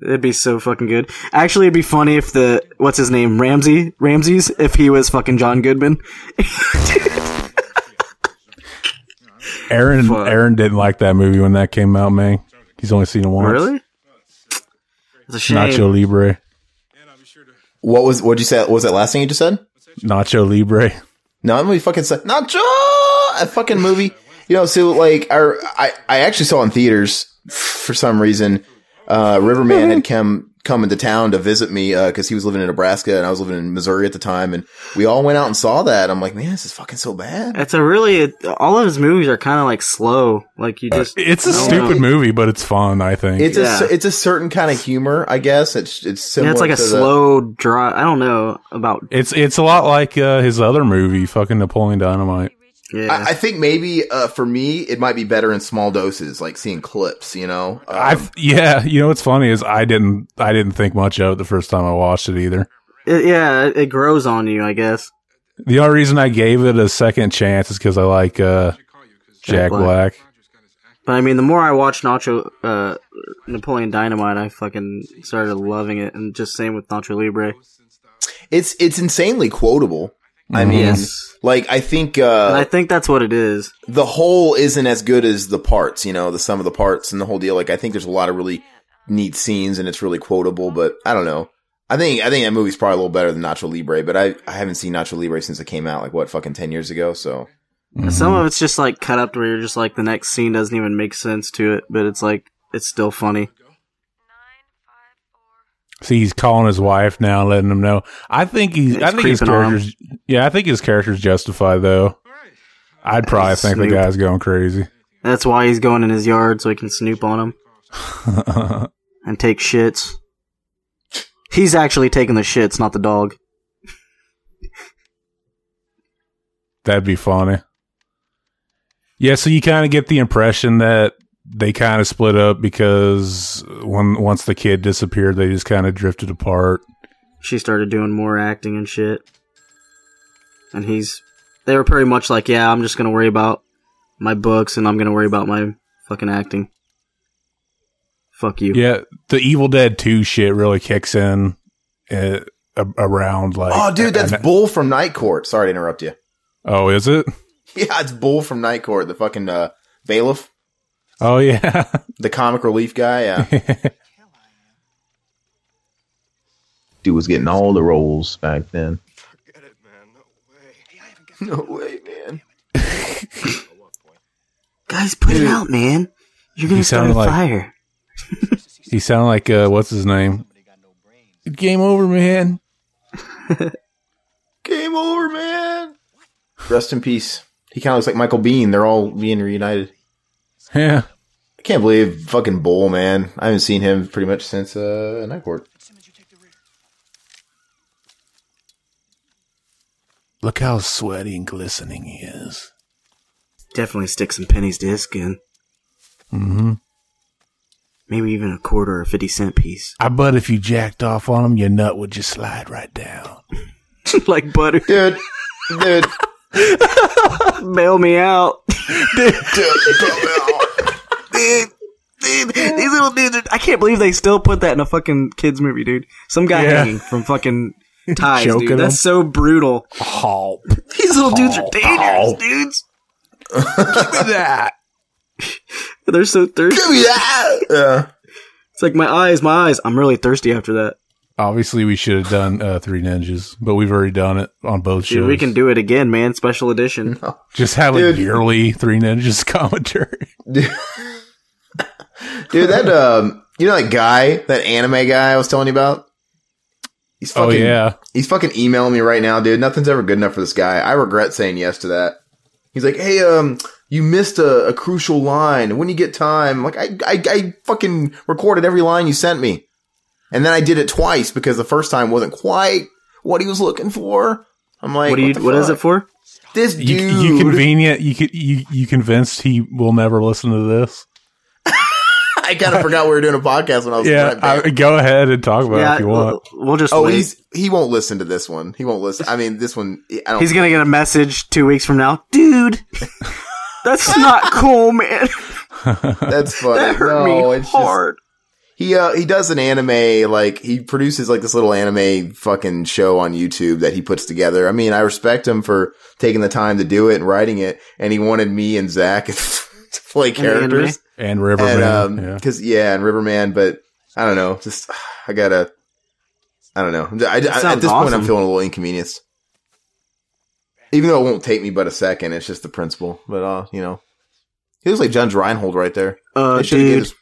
it'd be so fucking good. Actually, it'd be funny if the what's his name Ramsey Ramses if he was fucking John Goodman. Aaron Aaron didn't like that movie when that came out, man. He's only seen it once. Really? It's a shame. Nacho Libre. What was what would you say? What was that last thing you just said? Nacho Libre. No, that movie fucking sucked. Nacho, a fucking movie. You know, so like our, I I actually saw it in theaters for some reason. Uh, Riverman had come come into town to visit me because he was living in Nebraska and I was living in Missouri at the time, and we all went out and saw that. I'm like, man, this is fucking so bad. It's a really it, all of his movies are kind of like slow. Like Uh, you just It's a I don't stupid know. movie, but it's fun. I think It's Yeah. a cer- it's a certain kind of humor, I guess. It's it's Yeah, similar. it's like a to the- slow draw. I don't know about It's it's a lot like uh, his other movie, fucking Napoleon Dynamite. I, I think maybe uh, for me, it might be better in small doses, like seeing clips. You know, Um, I've yeah, you know what's funny is I didn't I didn't think much of it the first time I watched it either. it, yeah. It grows on you, I guess. The only reason I gave it a second chance is because I like uh, Jack Black. But I mean, the more I watched Nacho uh, Napoleon Dynamite, I fucking started loving it, and just same with Nacho Libre. it's it's insanely quotable. I Mm-hmm. mean, Yes. like I think uh, And I think that's what it is. the whole isn't as good as the parts. You know, the sum of the parts and the whole deal. Like I think there's a lot of really neat scenes and it's really quotable. But I don't know. I think I think that movie's probably a little better than Nacho Libre. But I I haven't seen Nacho Libre since it came out, like what fucking ten years ago. So Mm-hmm. And Some of it's just like cut up to where you're just like the next scene doesn't even make sense to it, but it's like it's still funny. See, he's calling his wife now, and letting him know. I think he's. I It's think his creeping on him. characters. Yeah, I think his characters justify though. I'd probably think Snoop. the guy's going crazy. That's why he's going in his yard so he can snoop on him and take shits. He's actually taking the shits, not the dog. That'd be funny. Yeah, so you kind of get the impression that they kind of split up because when once the kid disappeared, they just kind of drifted apart. She started doing more acting and shit. And he's. They were pretty much like, yeah, I'm just gonna worry about my books and I'm gonna worry about my fucking acting. Fuck you. Yeah, the Evil Dead Two shit really kicks in uh, a- around like. oh, dude, that's Bull from Night Court. Sorry to interrupt you. *laughs* *laughs* Oh, is it? Yeah, it's Bull from Night Court, the fucking uh, bailiff, Oh yeah, *laughs* the comic relief guy. Yeah. Dude was getting all the roles back then. no way, man. Guys, put it out, man. You're gonna He start sounded a like- fire. he sounded like uh, what's his name? Game over, man. Game over, man. Rest in peace. He kind of looks like Michael Bean. They're all being reunited. Yeah. I can't believe fucking Bull, man. I haven't seen him pretty much since uh, Night Court. Look how sweaty and glistening he is. Definitely stick some pennies to his skin. Mm-hmm. Maybe even a quarter or a 50 cent piece. *laughs* I bet if you jacked off on him, your nut would just slide right down. like butter. Dude, dude. Bail me out. *laughs* dude, bail me out. Dude, dude, these little dudes are, I can't believe they still put that in a fucking kids movie, dude. Some guy Yeah. hanging from fucking ties, Choking dude. That's him. so brutal. Oh, These little dudes are dangerous, dudes. Give me that. They're so thirsty. Give me that. *laughs* Yeah. It's like my eyes, my eyes. I'm really thirsty after that. Obviously, we should have done uh, Three Ninjas, but we've already done it on both Dude, shows. we can do it again, man. Special edition. just have a Dude. yearly Three Ninjas *laughs* commentary. Dude, that um, you know that guy, that anime guy I was telling you about. He's Oh, fucking, yeah. He's fucking emailing me right now, dude. Nothing's ever good enough for this guy. I regret saying yes to that. He's like, hey, um, you missed a, a crucial line. When you get time, I'm like I, I, I fucking recorded every line you sent me, and then I did it twice because the first time wasn't quite what he was looking for. I'm like, What do you- the what is fuck? it for? This dude, You, you convenient? You could you you convinced he will never listen to this? *laughs* I kind of forgot we were doing a podcast when I was Yeah, I, go ahead and talk about it if you want. Oh, he's he won't listen to this one. He won't listen. I mean, this one. I don't. He's gonna get a message two weeks from now, *laughs* dude. That's not cool, man. That's *laughs* funny. That hurt no, me it's hard. Just, he uh, he does an anime like he produces like this little anime fucking show on YouTube that he puts together. I mean, I respect him for taking the time to do it and writing it. And he wanted me and Zach *laughs* to play And anime. characters And Riverman, yeah. because yeah. and Riverman. But I don't know. Just I gotta. I don't know. I, I- That at sounds this point, I'm awesome. feeling a little inconvenienced. Even though it won't take me but a second, it's just the principle. But uh, you know, he looks like Judge Reinhold right there. Uh, They should've gave dude, us-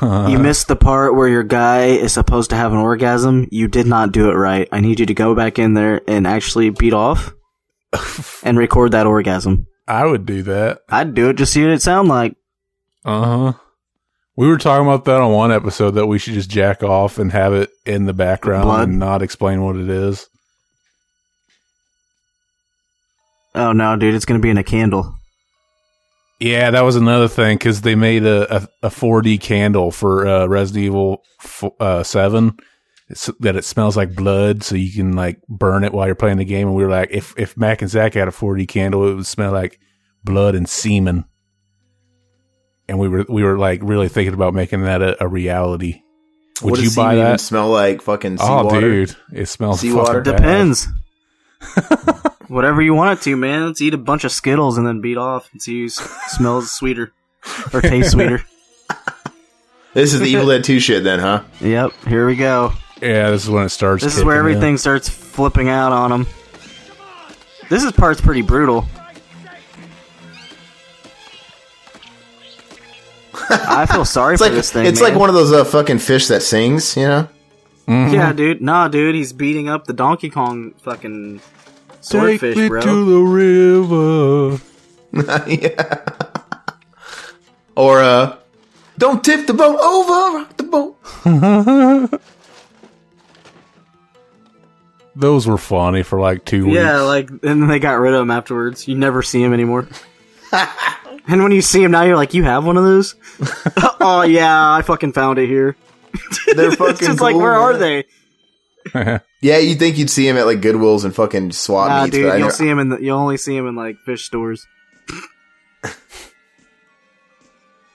*laughs* uh, *laughs* you missed the part where your guy is supposed to have an orgasm. You did not do it right. I need you to go back in there and actually beat *laughs* off and record that orgasm. I would do that. I'd do it. Just see what it sound like. Uh huh. We were talking about that on one episode that we should just jack off and have it in the background Blood. and not explain what it is. Oh no, dude, it's gonna be in a candle. Yeah, that was another thing because they made a, a, a 4D candle for uh, Resident Evil f- uh, 7 it's, that it smells like blood, so you can like burn it while you're playing the game. And we were like, if if Mac and Zach had a 4D candle, it would smell like blood and semen. And we were we were like really thinking about making that a, a reality. Would What does you buy semen even that? smell like fucking oh, seawater? dude, it smells Seawater. fucking bad. *laughs* Depends. Whatever you want it to, man. Let's eat a bunch of Skittles and then beat off and see who s- smells sweeter or tastes *laughs* sweeter. This is the Evil Dead Two shit, then, huh? Yep. Here we go. Yeah, this is when it starts. This is where kicking in. everything starts flipping out on him. This is part's pretty brutal. I *laughs* feel sorry It's for like this thing. it's like one of those uh, fucking fish that sings, you know? *laughs* Yeah, dude. Nah, dude. He's beating up the Donkey Kong fucking swordfish, Take me bro. to the river. yeah. Or uh, don't tip the boat over, rock the *laughs* boat. Those were funny for like two weeks. *laughs* Yeah, like, and then they got rid of him afterwards. You never see him anymore. And when you see him now, you're like, you have one of *laughs* those? *laughs* oh, yeah, I fucking found it here. They're it's fucking just like, cool, where are man. they? yeah, you'd think you'd see him at like Goodwills and fucking swap Nah, meets, dude, but I you'll never, see him in the, you'll only see him in like fish stores. *laughs*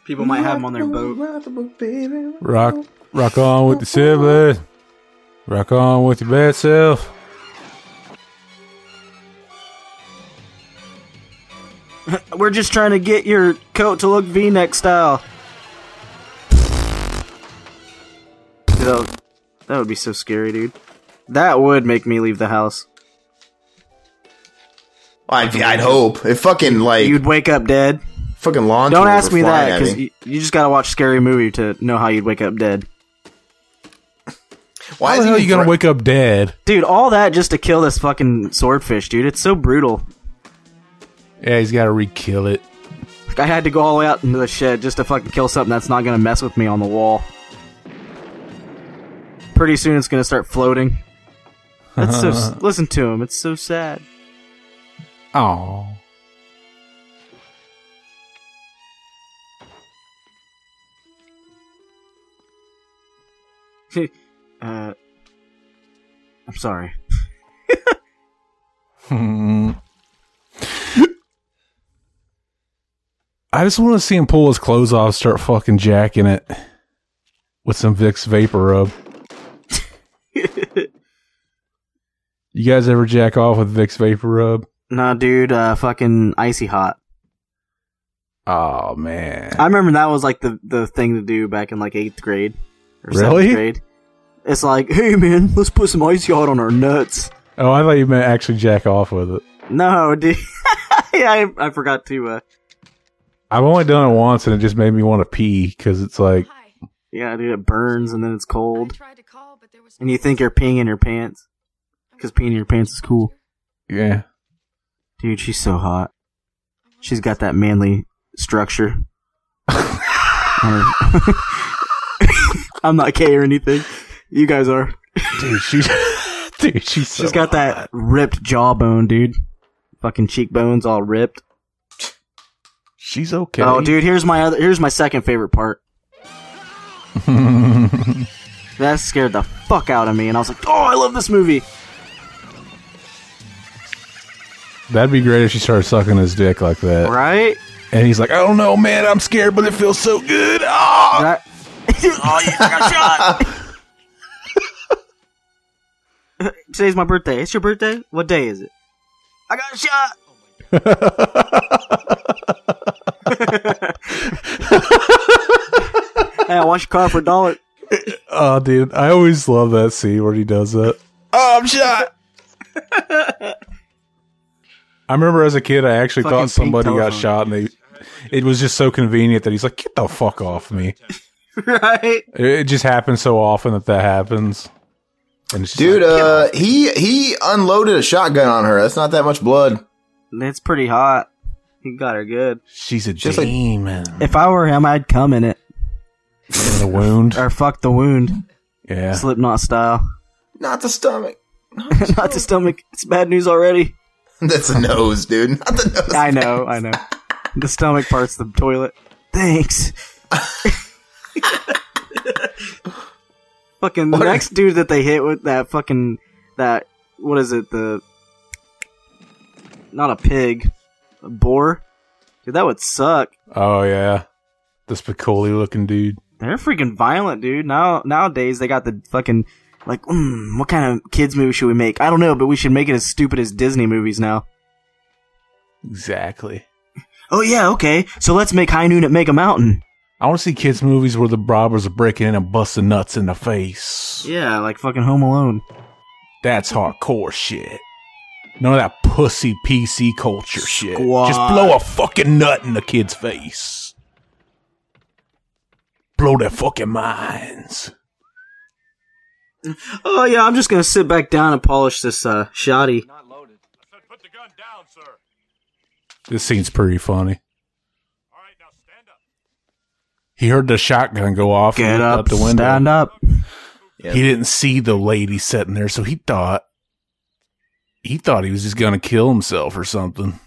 People might have him on their boat. *laughs* Rock, rock on with the siblings. Rock on with your bad self. We're just trying to get your coat to look V-neck style. Dude, that, would, that would be so scary, dude. That would make me leave the house. I'd, I'd hope. It fucking like you'd wake up dead. Fucking lawn. Don't tools ask were me flying that at because you, you just gotta watch scary movie to know how you'd wake up dead. Why How the hell are you gonna wake up dead? Dude, all that just to kill this fucking swordfish, dude. It's so brutal. Yeah, he's gotta re-kill it. Like, I had to go all the way out into the shed just to fucking kill something that's not gonna mess with me on the wall. Pretty soon it's gonna start floating. That's so. s- listen to him. It's so sad. Oh, uh, I'm sorry. Hmm. *laughs* I just want to see him pull his clothes off, start fucking jacking it with some Vicks Vapor Rub. you guys ever jack off with Vicks Vapor Rub? Nah, dude. Uh, fucking icy hot. Oh man. I remember that was like the the thing to do back in like eighth grade or Really? seventh grade. It's like, hey man, let's put some icy hot on our nuts. Oh, I thought you meant actually jack off with it. No, dude. *laughs* yeah, I, I forgot to. Uh, I've only done it once, and it just made me want to pee because it's like, yeah, dude, it burns and then it's cold. And you think you're peeing in your pants because peeing in your pants is cool. Yeah. Dude, she's so hot. She's got that manly structure. *laughs* Her- I'm not gay or anything. You guys are. Dude, *laughs* she's dude, she's so She's got that ripped jawbone, dude. Fucking cheekbones all ripped. She's okay. Oh, dude, here's my other. Here's my second favorite part. That scared the fuck out of me, and I was like, "Oh, I love this movie." that'd be great if she started sucking his dick like that, right? And he's like, I don't know, man, I'm scared, but it feels so good. Oh, Ah. *laughs* oh you got shot. *laughs* Today's my birthday. It's your birthday. What day is it? I got shot. *laughs* hey, I watched your car for a dollar. Oh, dude, I always love that scene where he does that. Oh, I'm shot. I remember as a kid, I actually Fucking thought pink somebody got telephone. shot, and they, it was just so convenient that he's like, "Get the fuck off me!" *laughs* right? It, it just happens so often that that happens. And it's just Dude, uh, he he unloaded a shotgun on her. That's not that much blood. It's pretty hot. He got her good. She's a uh, Just like- *laughs* demon. If I were him, I'd come in it in the wound. or fuck the wound, Yeah, Slipknot style. *laughs* Not the stomach. Not the stomach. It's bad news already. *laughs* That's a nose, dude. Not the nose. I know, I know. The stomach part's the toilet. Thanks. fucking the What? next dude that they hit with that fucking that what is it the not a pig a boar dude that would suck Oh yeah, the Spicoli looking dude. they're freaking violent dude now nowadays they got the fucking like mm, what kind of kids movie should we make I don't know but we should make it as stupid as Disney movies now Exactly. oh yeah okay so let's make High Noon at Mega Mountain I want to see kids' movies where the robbers are breaking in and busting nuts in the face. yeah like fucking Home Alone That's hardcore shit. None of that pussy PC culture shit. Squad. Just blow a fucking nut in the kid's face. Blow their fucking minds. Oh yeah, I'm just gonna sit back down and polish this uh shoddy. This scene's pretty funny. He heard the shotgun go off. and Get looked up, out the window. stand up. He didn't see the lady sitting there, so he thought he thought he was just gonna kill himself or something.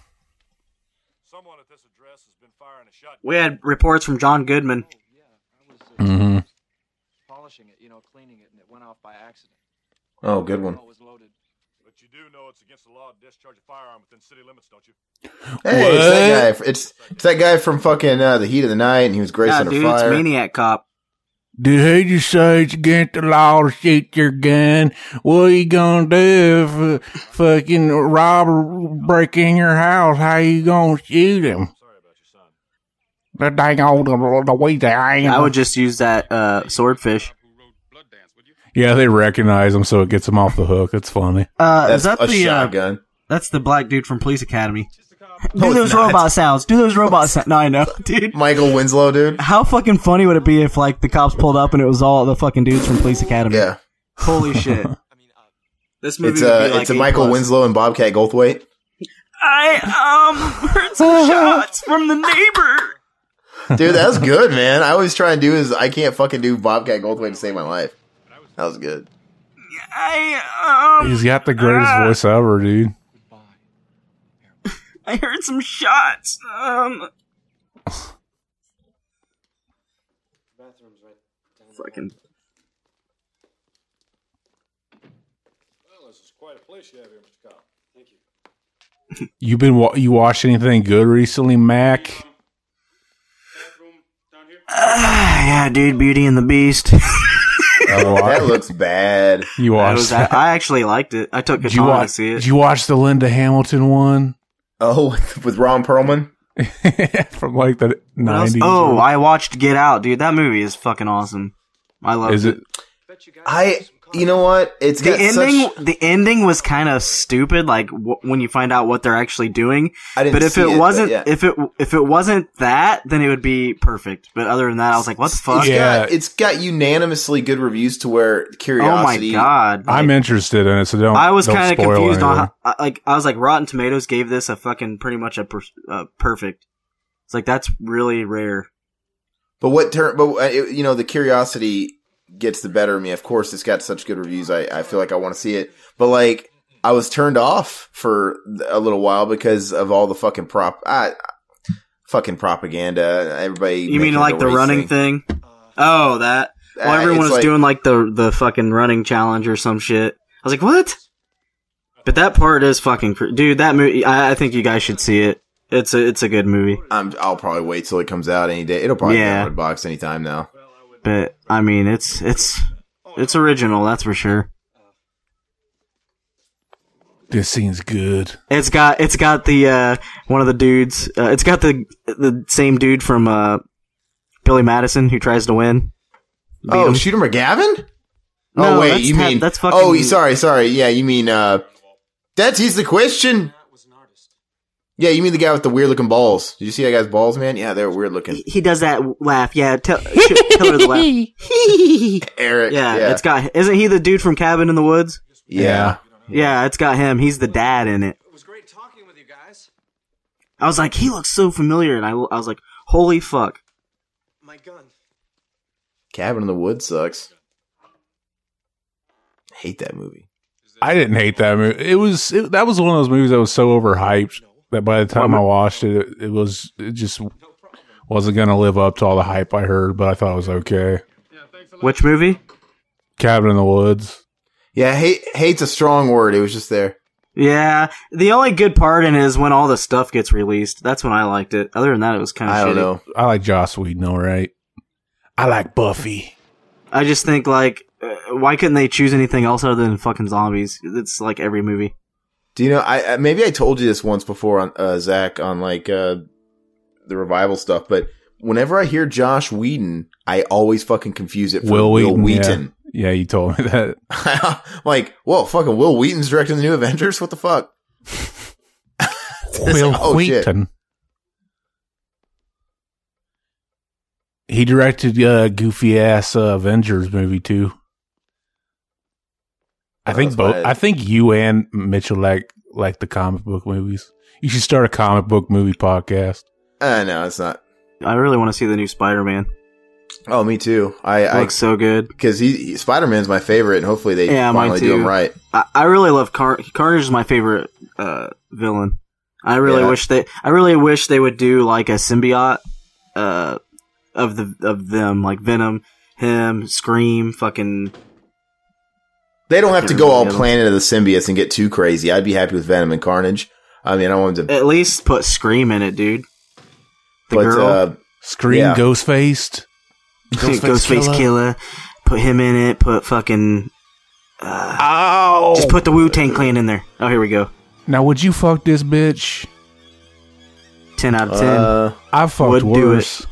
We had reports from John Goodman. Mm-hmm. polishing it, you know, cleaning it, and it went off by accident. Oh, good one. But you do know it's against the law to discharge a firearm within city limits, don't you? Hey, it's that guy. It's, it's that guy from fucking uh, the heat of the night, and he was Grace Yeah, under dude, it's fire. Maniac Cop. Did he just say it's against the law to shoot your gun? What you gonna do if a fucking robber break in your house? How you gonna shoot him? The dang old the, the way they I would just use that uh, swordfish. Yeah, they recognize him, so it gets him off the hook. It's funny. Uh, That's is that a the shotgun. Uh, that's the black dude from Police Academy. Do it's those not. robot sounds. Do those robot sounds. No, I know, *laughs* dude. Michael *laughs* Winslow, dude. How fucking funny would it be if like the cops pulled up and it was all the fucking dudes from Police Academy? Yeah. Holy *laughs* shit. This movie It's would a be like it's a A Michael plus. Winslow and Bobcat Goldthwait. I um *laughs* *laughs* heard some shots from the neighbor. *laughs* Dude, that was good, man. I always try and do is I can't fucking do Bobcat Goldthwait to save my life. That was good. I um He's got the greatest voice ever, dude. I heard some shots. Um Bathroom's right down fucking Well, this is quite a place you have here, Mr. Cobb. Thank you. You been wa- you watch anything good recently, *laughs* Mac? *sighs* yeah, dude, Beauty and *laughs* the Beast. that looks bad. You I, watched was, I, that? I actually liked it. I took Did you Katana to watch? see Did it. you watch the Linda Hamilton one *laughs* Oh, *laughs* with Ron Perlman. from like the What else? nineties? Oh, I watched Get Out, dude. That movie is fucking awesome. I love is it. it? I you know what? It's The got ending, such- the ending was kind of stupid. Like w- when you find out what they're actually doing. I didn't but if see it, it but wasn't, yeah. if it if it wasn't that, then it would be perfect. But other than that, I was like, what the fuck? it's got, it's got unanimously good reviews to where Oh my curiosity. god! Like, I'm interested in it, so don't. I was kind kind of confused on how, I- like I was like Rotten Tomatoes gave this a fucking pretty much a per, uh, perfect. It's like that's really rare. But what turn? But uh, it, you know, the curiosity gets the better of me. Of course, it's got such good reviews. I, I feel like I want to see it. But like, I was turned off for a little while because of all the fucking prop, I, fucking propaganda. Everybody, You mean making like the race running thing? Oh, that. Well, Uh, everyone it's was like- doing like the the fucking running challenge or some shit. I was like, what? But that part is fucking cr- dude. That movie, I, I think you guys should see it. It's a it's a good movie. I'm, I'll probably wait till it comes out any day. It'll probably be Yeah. on box anytime now. But I mean, it's it's it's original. That's for sure. This scene's good. It's got it's got the uh, one of the dudes. Uh, it's got the the same dude from uh, Billy Madison who tries to win. Beat oh, him. shoot him or Gavin? No, oh wait, that's you ta- mean that's fucking- Oh, you- sorry, sorry. Yeah, you mean uh, that is the question. Yeah, you mean the guy with the weird looking balls? Did you see that guy's balls, man? Yeah, they're *laughs* weird looking. he does that laugh. Yeah, tell, sh- tell her the laugh. Eric. Yeah, yeah. it's got. Isn't he the dude from Cabin in the Woods? Yeah. Yeah, it's got him. He's the dad in it. It was great talking with you guys. I was like, he looks so familiar, and I, I was like, holy fuck. My gun. Cabin in the Woods sucks. Hate that movie. I didn't hate that movie. It was it, that was one of those movies that was so overhyped that by the time I watched it, it, was it just wasn't going to live up to all the hype I heard. But I thought it was okay. Which movie? Cabin in the Woods. Yeah, hate hate's a strong word. It was just there. Yeah, the only good part in it is when all the stuff gets released. That's when I liked it. Other than that, it was kind of. I don't know. I like Joss Whedon, all right. I like Buffy. I just think like, uh, why couldn't they choose anything else other than fucking zombies? It's like every movie. Do you know? I I- maybe I told you this once before on uh, Zach on like uh, the revival stuff, but whenever I hear Josh Whedon, I always fucking confuse it for Will Wheaton. yeah. Wheaton. Yeah. you told me *laughs* that. *laughs* like, whoa, fucking Will Wheaton's directing the new Avengers? What the fuck? Will Oh, shit. Wheaton. He directed uh, goofy ass uh, Avengers movie too. I Oh, think that's both. right. I think you and Mitchell like like the comic book movies. You should start a comic book movie podcast. Uh, no, it's not. I really want to see the new Spider Man. Oh, me too. I, I Looks so good. because he, he Spider Man's my favorite, and hopefully they Yeah, mine finally do too. him right. I, I really love Car- Carnage is my favorite uh, villain. I really Yeah. wish they I really wish they would do like a symbiote uh, of the of them, like Venom, him, Scream, fucking. They don't have to go all Planet of the Symbiotes and get too crazy. I'd be happy with Venom and Carnage. I mean, I want them to. At least put Scream in it, dude. *laughs* The But, girl, uh, Scream, Yeah. ghost *laughs* faced. Ghostface, Killer. Put him in it. Put fucking. Uh, Just put the Wu Tang Clan in there. Oh, here we go. Now, would you fuck this bitch? Ten out of ten. Uh, I fucked would do worse.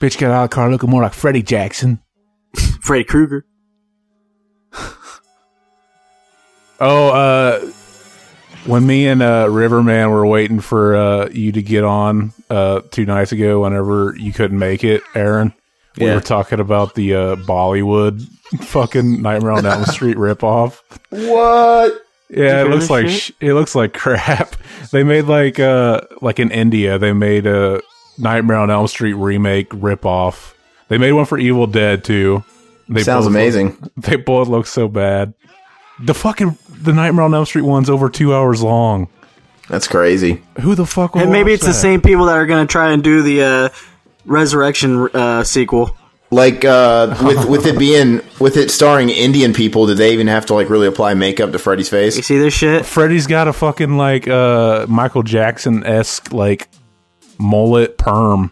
Bitch got out of the car looking more like Freddie Jackson. Freddy Krueger. Oh, uh, when me and uh, Riverman were waiting for uh, you to get on uh, two nights ago, whenever you couldn't make it, Aaron, we Yeah. were talking about the uh, Bollywood *laughs* fucking Nightmare on Elm Street ripoff. What? Yeah, Did it you looks hear like this sh- it looks like crap. *laughs* They made like uh like in India, they made a Nightmare on Elm Street remake ripoff. They made one for Evil Dead too. They Sounds both look- amazing. *laughs* they both look so bad. The fucking the Nightmare on Elm Street one's over two hours long. That's crazy. Who the fuck? would And maybe watch it's the that? same people that are going to try and do the uh, resurrection uh, sequel. Like uh, with with it being with it starring Indian people, did they even have to like really apply makeup to Freddy's face? You see this shit? Freddy's got a fucking like uh Michael Jackson esque like mullet perm.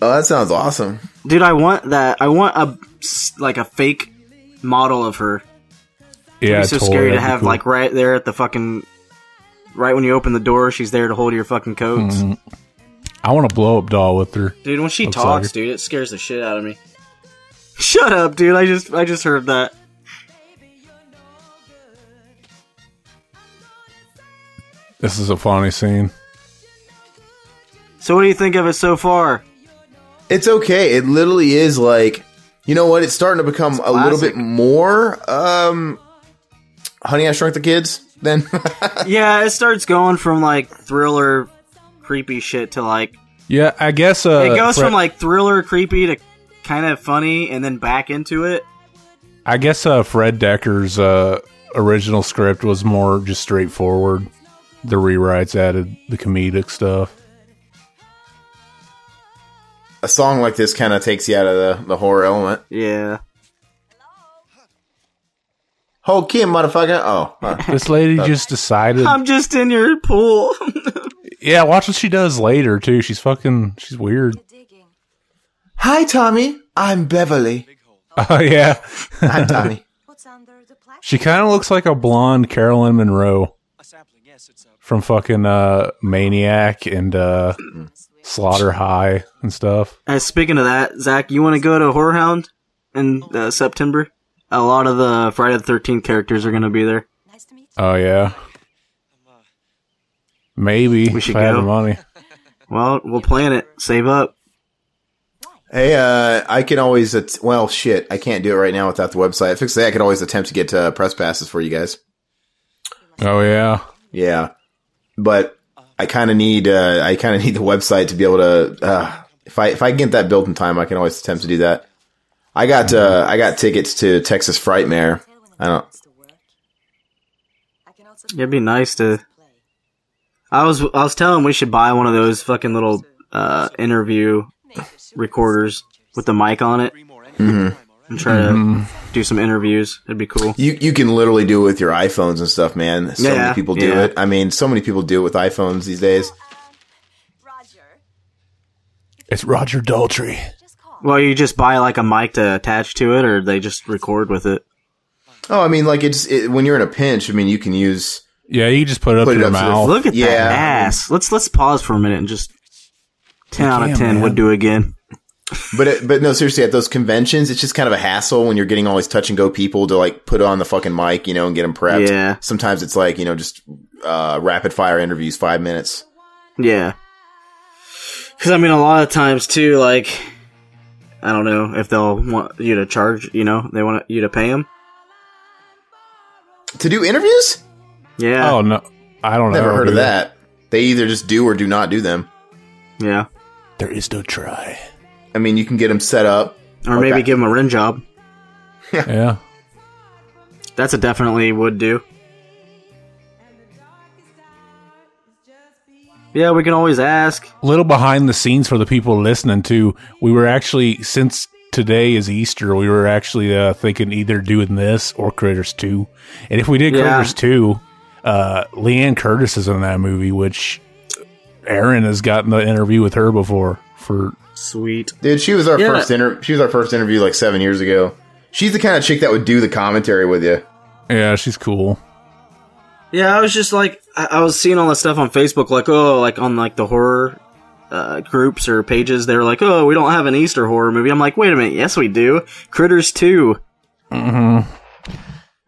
Oh, that sounds awesome. Dude, I want that. I want a like a fake model of her. It'd Yeah, be so totally, scary to that'd be have cool. like right there at the fucking right when you open the door, she's there to hold your fucking coats. Mhm. I want a blow up doll with her. Dude, when she Looks talks, like her. dude, it scares the shit out of me. Shut up, dude. I just I just heard that. This is a funny scene. So what do you think of it so far? It's okay. It literally is like you know what? It's starting to become a little bit more um Honey I Shrunk the Kids then. yeah, it starts going from like thriller creepy shit to like Yeah, I guess uh it goes Fre- from like thriller creepy to kind of funny and then back into it. I guess uh, Fred Decker's uh, original script was more just straightforward. The rewrites added the comedic stuff. *laughs* a song like this kind of takes you out of the, the horror element. Yeah. Whole kid, motherfucker. Oh, huh. This *laughs* lady just decided. I'm just in your pool. *laughs* yeah, watch what she does later too. She's fucking. She's weird. *laughs* Hi, Tommy. I'm Beverly. Oh yeah, I'm Tommy. she kind of looks like a blonde Carolyn Monroe from fucking uh, Maniac and uh, Slaughter High and stuff. Uh, speaking of that, Zach, you want to go to Horror Hound in uh, September? A lot of the Friday the Thirteenth characters are going to be there. Oh yeah, maybe We if should I had go. the money. Well, we'll plan it. Save up. Hey, uh, I can always, att- well, shit, I can't do it right now without the website. Fix that. I could always attempt to get uh, press passes for you guys. Oh yeah, Yeah, but I kind of need, uh, I kind of *laughs* need the website to be able to. Uh, if I if I can get that built in time, I can always attempt to do that. I got, uh, I got tickets to Texas Frightmare. I don't. It'd be nice to. I was I was telling we should buy one of those fucking little uh, interview recorders with the mic on it Mhm. and try Mhm. to do some interviews. It'd be cool. You you can literally do it with your iPhones and stuff, man. So Yeah, many people do yeah. it. I mean, so many people do it with iPhones these days. It's Roger Daltrey. Well, you just buy like a mic to attach to it, or they just record with it. Oh, I mean, like it's it, when you're in a pinch. I mean, you can use. Yeah, you just put it up to your to the- mouth. Look at Oh, Yeah. that ass. Let's let's pause for a minute and just ten You out of can, ten man. would do again. But it, but no, seriously, at those conventions, it's just kind of a hassle when you're getting all these touch and go people to like put on the fucking mic, you know, and get them prepped. Yeah. Sometimes it's like you know just uh, rapid fire interviews, five minutes. Yeah. Because, I mean, a lot of times, too, like, I don't know if they'll want you to charge, you know, they want you to pay them. To do interviews? Yeah. Oh, no. I don't Never know, heard of dude. that. They either just do or do not do them. Yeah. There is no try. I mean, you can get them set up, Or Like maybe I- give them a rim job. yeah. That's a definitely would do. Yeah, we can always ask. A little behind the scenes for the people listening too. We were actually since today is Easter, we were actually uh, thinking either doing this or Critters Two. And if we did Yeah. Critters Two, uh, Leanne Curtis is in that movie, which Aaron has gotten the interview with her before for sweet Dude, she was our Yeah. first inter- she was our first interview like seven years ago. She's the kind of chick that would do the commentary with you. Yeah, she's cool. Yeah, I was just like, I, I was seeing all that stuff on Facebook, like, oh, like on like the horror uh, groups or pages, they were like, oh, we don't have an Easter horror movie. I'm like, wait a minute, yes, we do. Critters 2. Mm-hmm.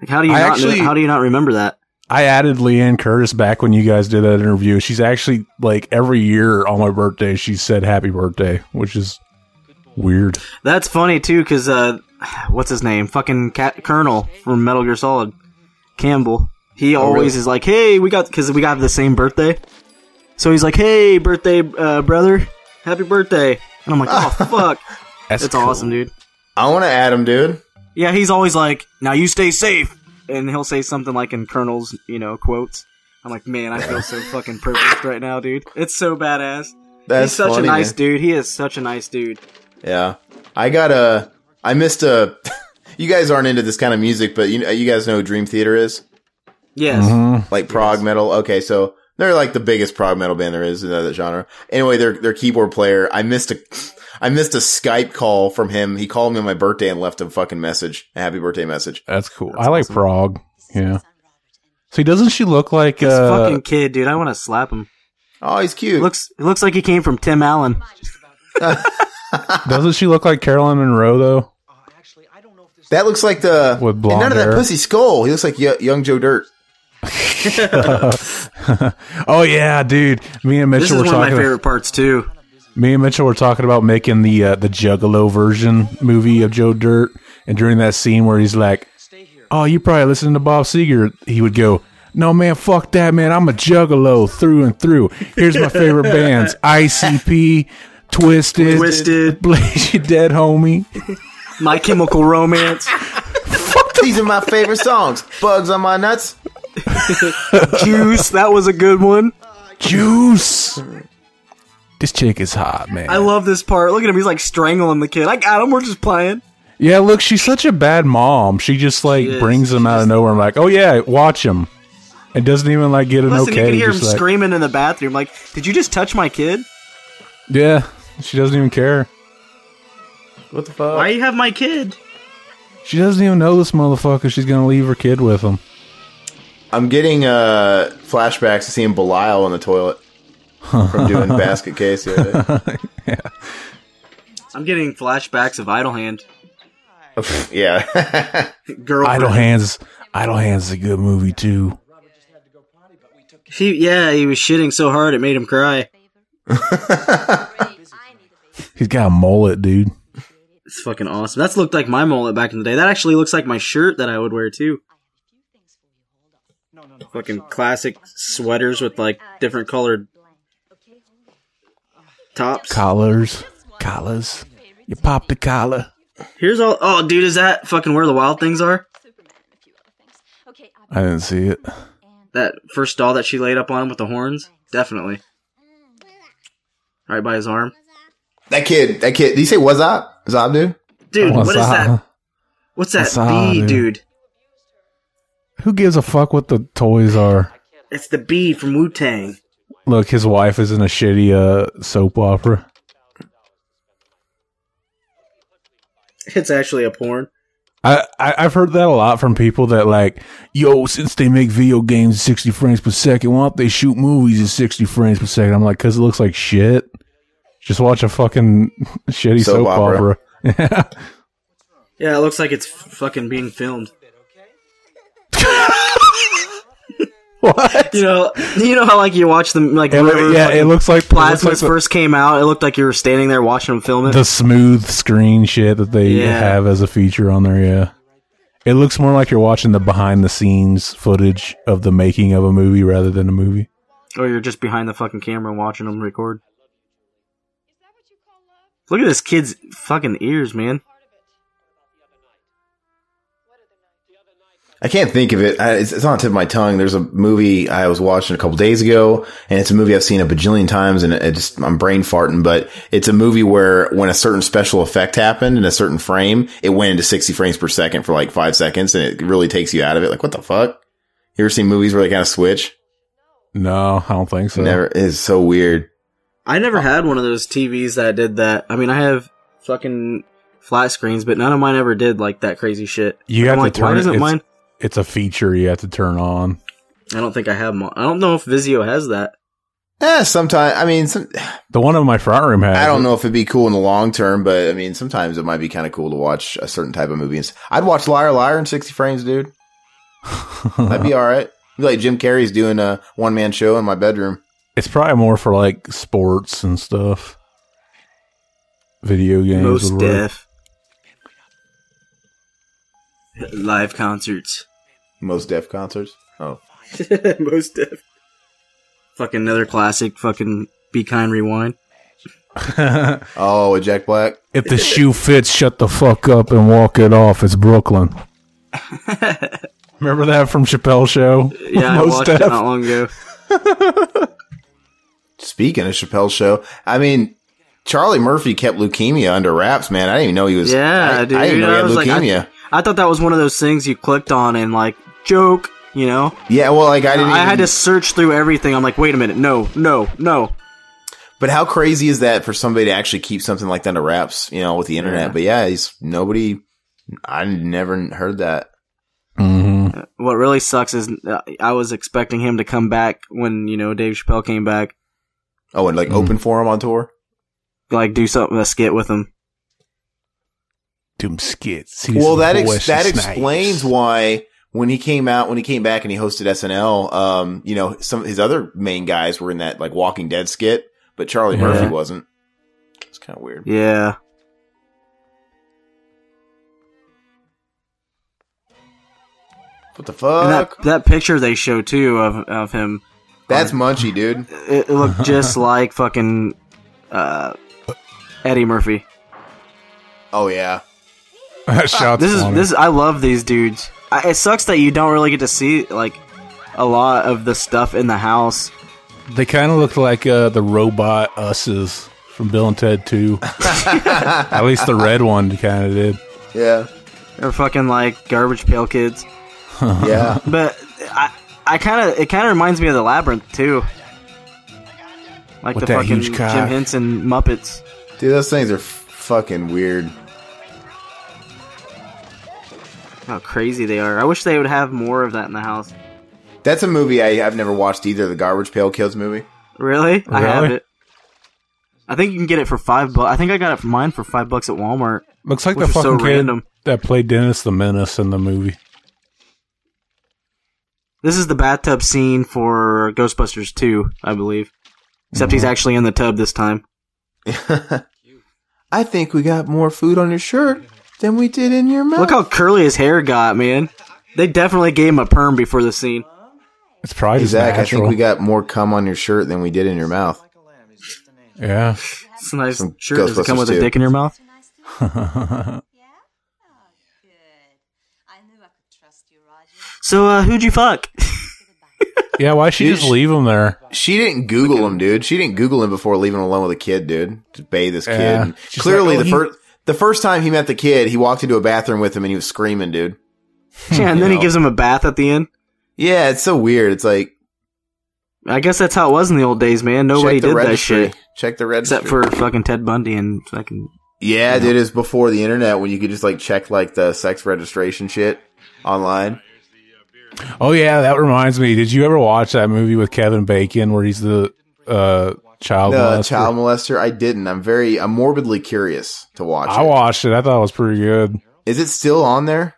Like, how do you I not actually- how do you not remember that? I added Leanne Curtis back when you guys did that interview. She's actually like every year on my birthday, she said happy birthday, which is weird. That's funny too, because uh, what's his name? Fucking Cat Colonel from Metal Gear Solid, Campbell. He Oh, always really? is like, "Hey, we got because we got the same birthday." So he's like, "Hey, birthday, uh, brother, happy birthday!" And I'm like, *laughs* "Oh fuck, that's, awesome, dude." I want to add him, dude. Yeah, he's always like, "Now you stay safe," and he'll say something like in Colonel's, you know, quotes. I'm like, man, I feel so fucking privileged right now, dude. It's so badass. That's he's such funny, a nice man. dude. He is such a nice dude. Yeah, I got a. I missed a. *laughs* you guys aren't into this kind of music, but you you guys know who Dream Theater is. Yes. Mm-hmm. like prog metal. Okay, so they're like the biggest prog metal band there is in that genre. Anyway, their their keyboard player. I missed a. *laughs* I missed a Skype call from him. He called me on my birthday and left a fucking message, a happy birthday message. That's cool. I like Frog. Yeah. See, doesn't she look like uh, fucking kid, dude. I want to slap him. Oh, he's cute. Looks it looks like he came from Tim Allen. *laughs* Doesn't she look like Carolyn Monroe though? That looks like the with And blonde none of hair. that pussy skull. He looks like y- young Joe Dirt. oh yeah, dude. Me and Mitchell This is were one of talking. my favorite parts too. Me and Mitchell were talking about making the uh, the Juggalo version movie of Joe Dirt, and during that scene where he's like, "Oh, you probably listening to Bob Seger," he would go, "No, man, fuck that, man. I'm a Juggalo through and through. Here's my favorite *laughs* bands: ICP, Twisted, Twisted. Blaze Your Dead Homie." My *laughs* Chemical Romance. These are my favorite songs. Bugs on my nuts. Juice, that was a good one. Juice. This chick is hot, man. I love this part. Look at him. He's like strangling the kid. I got him. We're just playing. Yeah, look, she's such a bad mom. She just like She is. brings him out of nowhere. I'm like, oh yeah, watch him, and doesn't even like get an Listen, okay. you can hear him just like- screaming in the bathroom. Like, did you just touch my kid? Yeah, she doesn't even care. What the Uh, fuck? Why you have my kid? She doesn't even know this motherfucker. She's gonna leave her kid with him. I'm getting uh, flashbacks to seeing Belial in the toilet from doing basket case. The other day. I'm getting flashbacks of Idle Hand. yeah. *laughs* Girl. Idle Hands. Idle Hands is a good movie too. He, yeah, he was shitting so hard it made him cry. He's got a mullet, dude. It's fucking awesome. That's looked like my mullet back in the day. That actually looks like my shirt that I would wear too. Fucking classic sweaters with like different colored tops. Collars, collars. You pop the collar. Here's all. Oh, dude, is that fucking where the wild things are? I didn't see it. That first doll that she laid up on him with the horns? Definitely. Right by his arm. That kid, that kid. Did you say what's up? Zob dude? Oh, Dude, what is that? What's that What's up, bee, dude? dude? *laughs* Who gives a fuck what the toys are? It's the bee from Wu Tang. Look, his wife is in a shitty uh, soap opera. It's actually a porn. I, I I've heard that a lot from people that like, yo, since they make video games at sixty frames per second, why don't they shoot movies at sixty frames per second? I'm like, because it looks like shit. Just watch a fucking *laughs* shitty Soap soap, opera. opera. Yeah, it looks like it's f- fucking being filmed. *laughs* what? You know, you know how like you watch them like It loo- whenever yeah, fucking it looks like- it plasmas looks like the- first came out. It looked like you were standing there watching them film it. the smooth screen shit that they Yeah. have as a feature on there, yeah. It looks more like you're watching the behind the scenes footage of the making of a movie rather than a movie. Or you're just behind the fucking camera watching them record. Look at this kid's fucking ears, man. I can't think of it. I, it's, it's on the tip of my tongue. There's a movie I was watching a couple days ago, and it's a movie I've seen a bajillion times, and it just I'm brain farting. But it's a movie where when a certain special effect happened in a certain frame, it went into 60 frames per second for like five seconds, and it really takes you out of it. Like what the fuck? You ever seen movies where they kind of switch? No, I don't think so. Never. It's so weird. I Oh. never had one of those TVs that did that. I mean, I have fucking flat screens, but none of mine ever did like that crazy shit. You I'm have like, to turn why it. isn't it's, mine? it's a feature you have to turn on. I don't think I have mine. I don't know if Vizio has that. Yeah, sometimes. Eh, I mean, some, the one in my front room has. I don't know if it'd be cool in the long term, but I mean, sometimes it might be kind of cool to watch a certain type of movie. And s- I'd watch Liar Liar in 60 *laughs* frames, dude. That'd be all right. Be like Jim Carrey's doing a one man show in my bedroom. It's probably more for like sports and stuff. Video games. Most would work. deaf. Live concerts. *laughs* Most deaf concerts. Oh. Most deaf. Fucking another classic. Fucking Be *laughs* Kind Rewind. oh, with Jack Black. If the shoe fits, shut the fuck up and walk it off. It's *laughs* Brooklyn. Remember that from Chappelle's show? Yeah, I Most watched it deaf. not long ago. Speaking of Chappelle's show, I mean, Charlie Murphy kept leukemia under wraps, man. I didn't even know he was. Yeah, I, dude. I didn't know he had was like, leukemia. I, I thought that was one of those things you clicked on and like joke, you know? yeah, well, like I I, didn't. even- had to search through everything. I'm like, wait a minute, no, no, no. But how crazy is that for somebody to actually keep something like that under wraps, you know, with the internet? Yeah. But yeah, he's nobody. I never heard that. What really sucks is uh, I was expecting him to come back when you know Dave Chappelle came back, Oh, and like Mm-hmm. open forum on tour. like do something a skit with him. Doom skits. well, that ex- *laughs* that explains why when he came out, when he came back and he hosted SNL, um, you know, some of his other main guys were in that like Walking Dead skit, but Charlie Yeah. Murphy wasn't. It's kind of weird. Yeah. What the fuck? And that that picture they show too of of him. That's Munchie, dude. It, it looked just like fucking uh, Eddie Murphy. Oh yeah. Shots this is on this. is- I love these dudes. I, it sucks that you don't really get to see like a lot of the stuff in the house. They kind of looked like uh, the robot usses from Bill and Ted *laughs* 2. At least the red one kind of did. *laughs* Yeah. They're fucking like garbage pail kids. Yeah. But I, I kind of it kind of reminds me of the labyrinth too. Like With the that fucking huge Jim cock. Henson Muppets. Dude, those things are f- fucking weird. How crazy they are! I wish they would have more of that in the house. That's a movie I, I've never watched either. The Garbage Pail Kids movie. Really? I have Really? it. I think you can get it for five bucks. I think I got it for mine for five bucks at Walmart. Looks like which the was fucking so kid random. that played Dennis the Menace in the movie. This is the bathtub scene for Ghostbusters 2, I believe. Except Mm-hmm. he's actually in the tub this time. I think we got more food on your shirt than we did in your mouth. Look how curly his hair got, man. They definitely gave him a perm before the scene. It's probably Hey, Zach, I think we got more cum on your shirt than we did in your mouth. Yeah. It's a nice Some shirt. Does it come Ghostbusters with too. a dick in your mouth? So, uh, who'd you fuck? *laughs* yeah, why she Dude, just leave him there? She didn't Google him, dude. She didn't Google him before leaving him alone with a kid, dude. To bathe this kid. Yeah. And She's Clearly, like, oh, the he- first the first time he met the kid, he walked into a bathroom with him and he was screaming, dude. *laughs* yeah, and then he Yeah. gives him a bath at the end. Yeah, it's so weird. It's like I guess that's how it was in the old days, man. Nobody check the did registry. that shit. Check the registry. Except for fucking Ted Bundy and fucking. yeah, dude, it's before the internet when you could just like check like the sex registration shit online. Oh yeah, that reminds me. Did you ever watch that movie with Kevin Bacon where he's the uh, child? The molester? child molester. I didn't. I'm very. I'm morbidly curious to watch. I it. watched it. I thought it was pretty good. Is it still on there?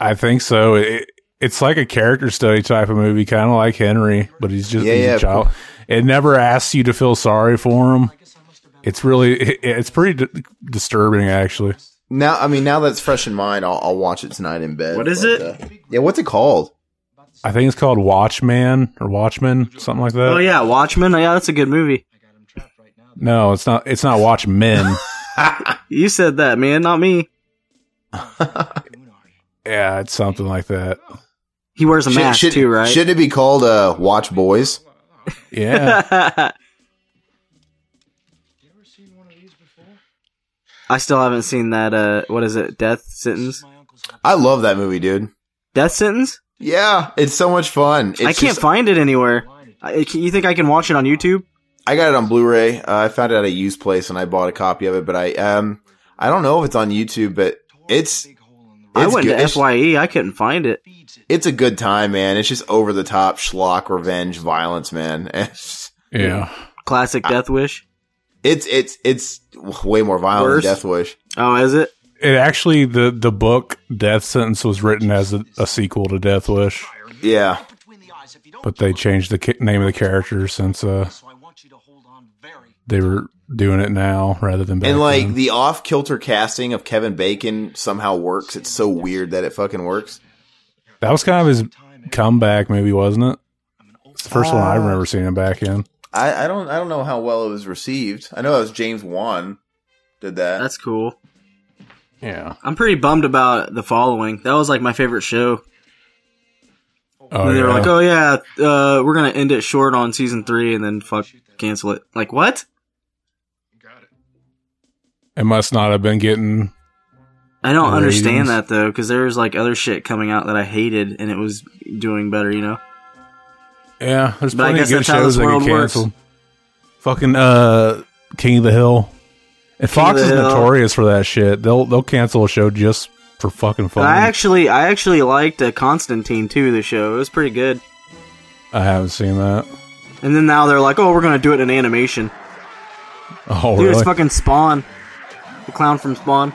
I think so. It, it's like a character study type of movie, kind of like Henry, but he's just Yeah, he's yeah, a child. It never asks you to feel sorry for him. It's really it, it's pretty d- disturbing actually. Now, I mean, now that's fresh in mind, I'll, I'll watch it tonight in bed. What is But, it? uh, yeah, what's it called? I think it's called Watchman or Watchman, something like that. Oh, yeah, Watchmen. Yeah, that's a good movie. No, it's not. It's not *laughs* Watchmen. You said that, man, not me. Yeah, it's something like that. He wears a Should- mask should- too, right? Shouldn't it be called uh, Watch Boys? Yeah. *laughs* I still haven't seen that. Uh, what is it? Death sentence. I love that movie, dude. Death sentence. Yeah, it's so much fun. It's I can't just- find it anywhere. I, can- you think I can watch it on YouTube? I got it on Blu-ray. Uh, I found it at a used place and I bought a copy of it, but I um I don't know if it's on YouTube, but it's I it's went good. to It's- Fye. I couldn't find it. It's a good time, man. It's just over the top schlock revenge violence, man. *laughs* It's- Yeah. Classic Death Wish. It's it's it's way more violent Worse? than Death Wish. Oh, is it? It actually the the book Death Sentence was written as a, a sequel to Death Wish, Yeah. but they changed the ca- name of the character since uh they were doing it now rather than back And like then. the off kilter casting of Kevin Bacon somehow works. It's so weird that it fucking works. that was kind of his comeback movie, wasn't it? It's the first one I Oh. remember seeing him back in. I, I don't I don't know how well it was received. I know that was James Wan did that. That's cool. Yeah. I'm pretty bummed about the following. That was like my favorite show. Oh, and they were yeah. like, "Oh yeah, uh, we're gonna end it short on season three, and then fuck cancel it." Like what? oh. It must not have been getting. I don't The ratings. understand that though, because there was like other shit coming out that I hated, and it was doing better. You know? Yeah, there's But I plenty of guess good that's how shows this that get world works. canceled. Fucking uh, King of the Hill. And King Fox of is the Hill. notorious for that shit. They'll they'll cancel a show just for fucking But fun. I actually, I actually liked uh, Constantine too. The show it was pretty good. I haven't seen that. *laughs* And then now they're like, "Oh, we're gonna do it in animation." Oh, Dude, it's really? fucking Spawn, the clown from Spawn.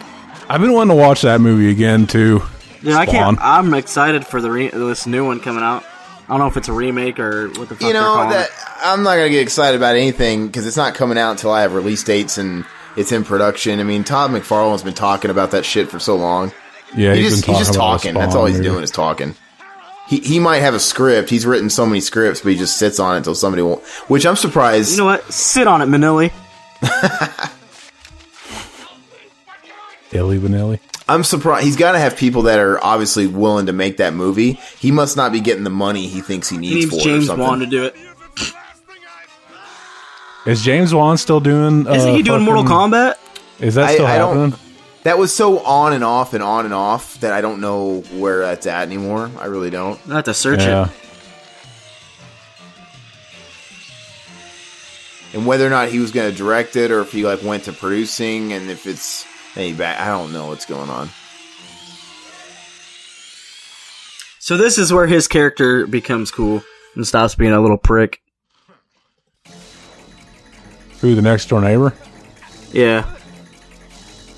I've been wanting to watch that movie again too. Dude, I Spawn. can't. I'm excited for the re- this new one coming out. I don't know if it's a remake or what the fuck they're you know calling that I'm not gonna get excited about anything because it's not coming out until I have release dates and it's in production. I mean, Todd McFarlane's been talking about that shit for so long. Yeah, he he's just, been he's just talking about talking. That's Spawn all he's movie. doing is talking. He he might have a script. He's written so many scripts, but he just sits on it until somebody won't. Which I'm it. surprised. You know what? Sit on it, Manili. Dilly Vanilli. I'm surprised. He's got to have people that are obviously willing to make that movie. He must not be getting the money he thinks he He needs needs, for it or James something. Wan to do it. Is James Wan still doing? uh, Isn't he doing Mortal Kombat? Is that I- still I don't- happening? That was so on and off and on and off that I don't know where that's at anymore. I really don't. I have to search Yeah. it. And whether or not he was going to direct it or if he like went to producing and if it's any back, I don't know what's going on. So this is where his character becomes cool and stops being a little prick. Who the next door neighbor? Yeah.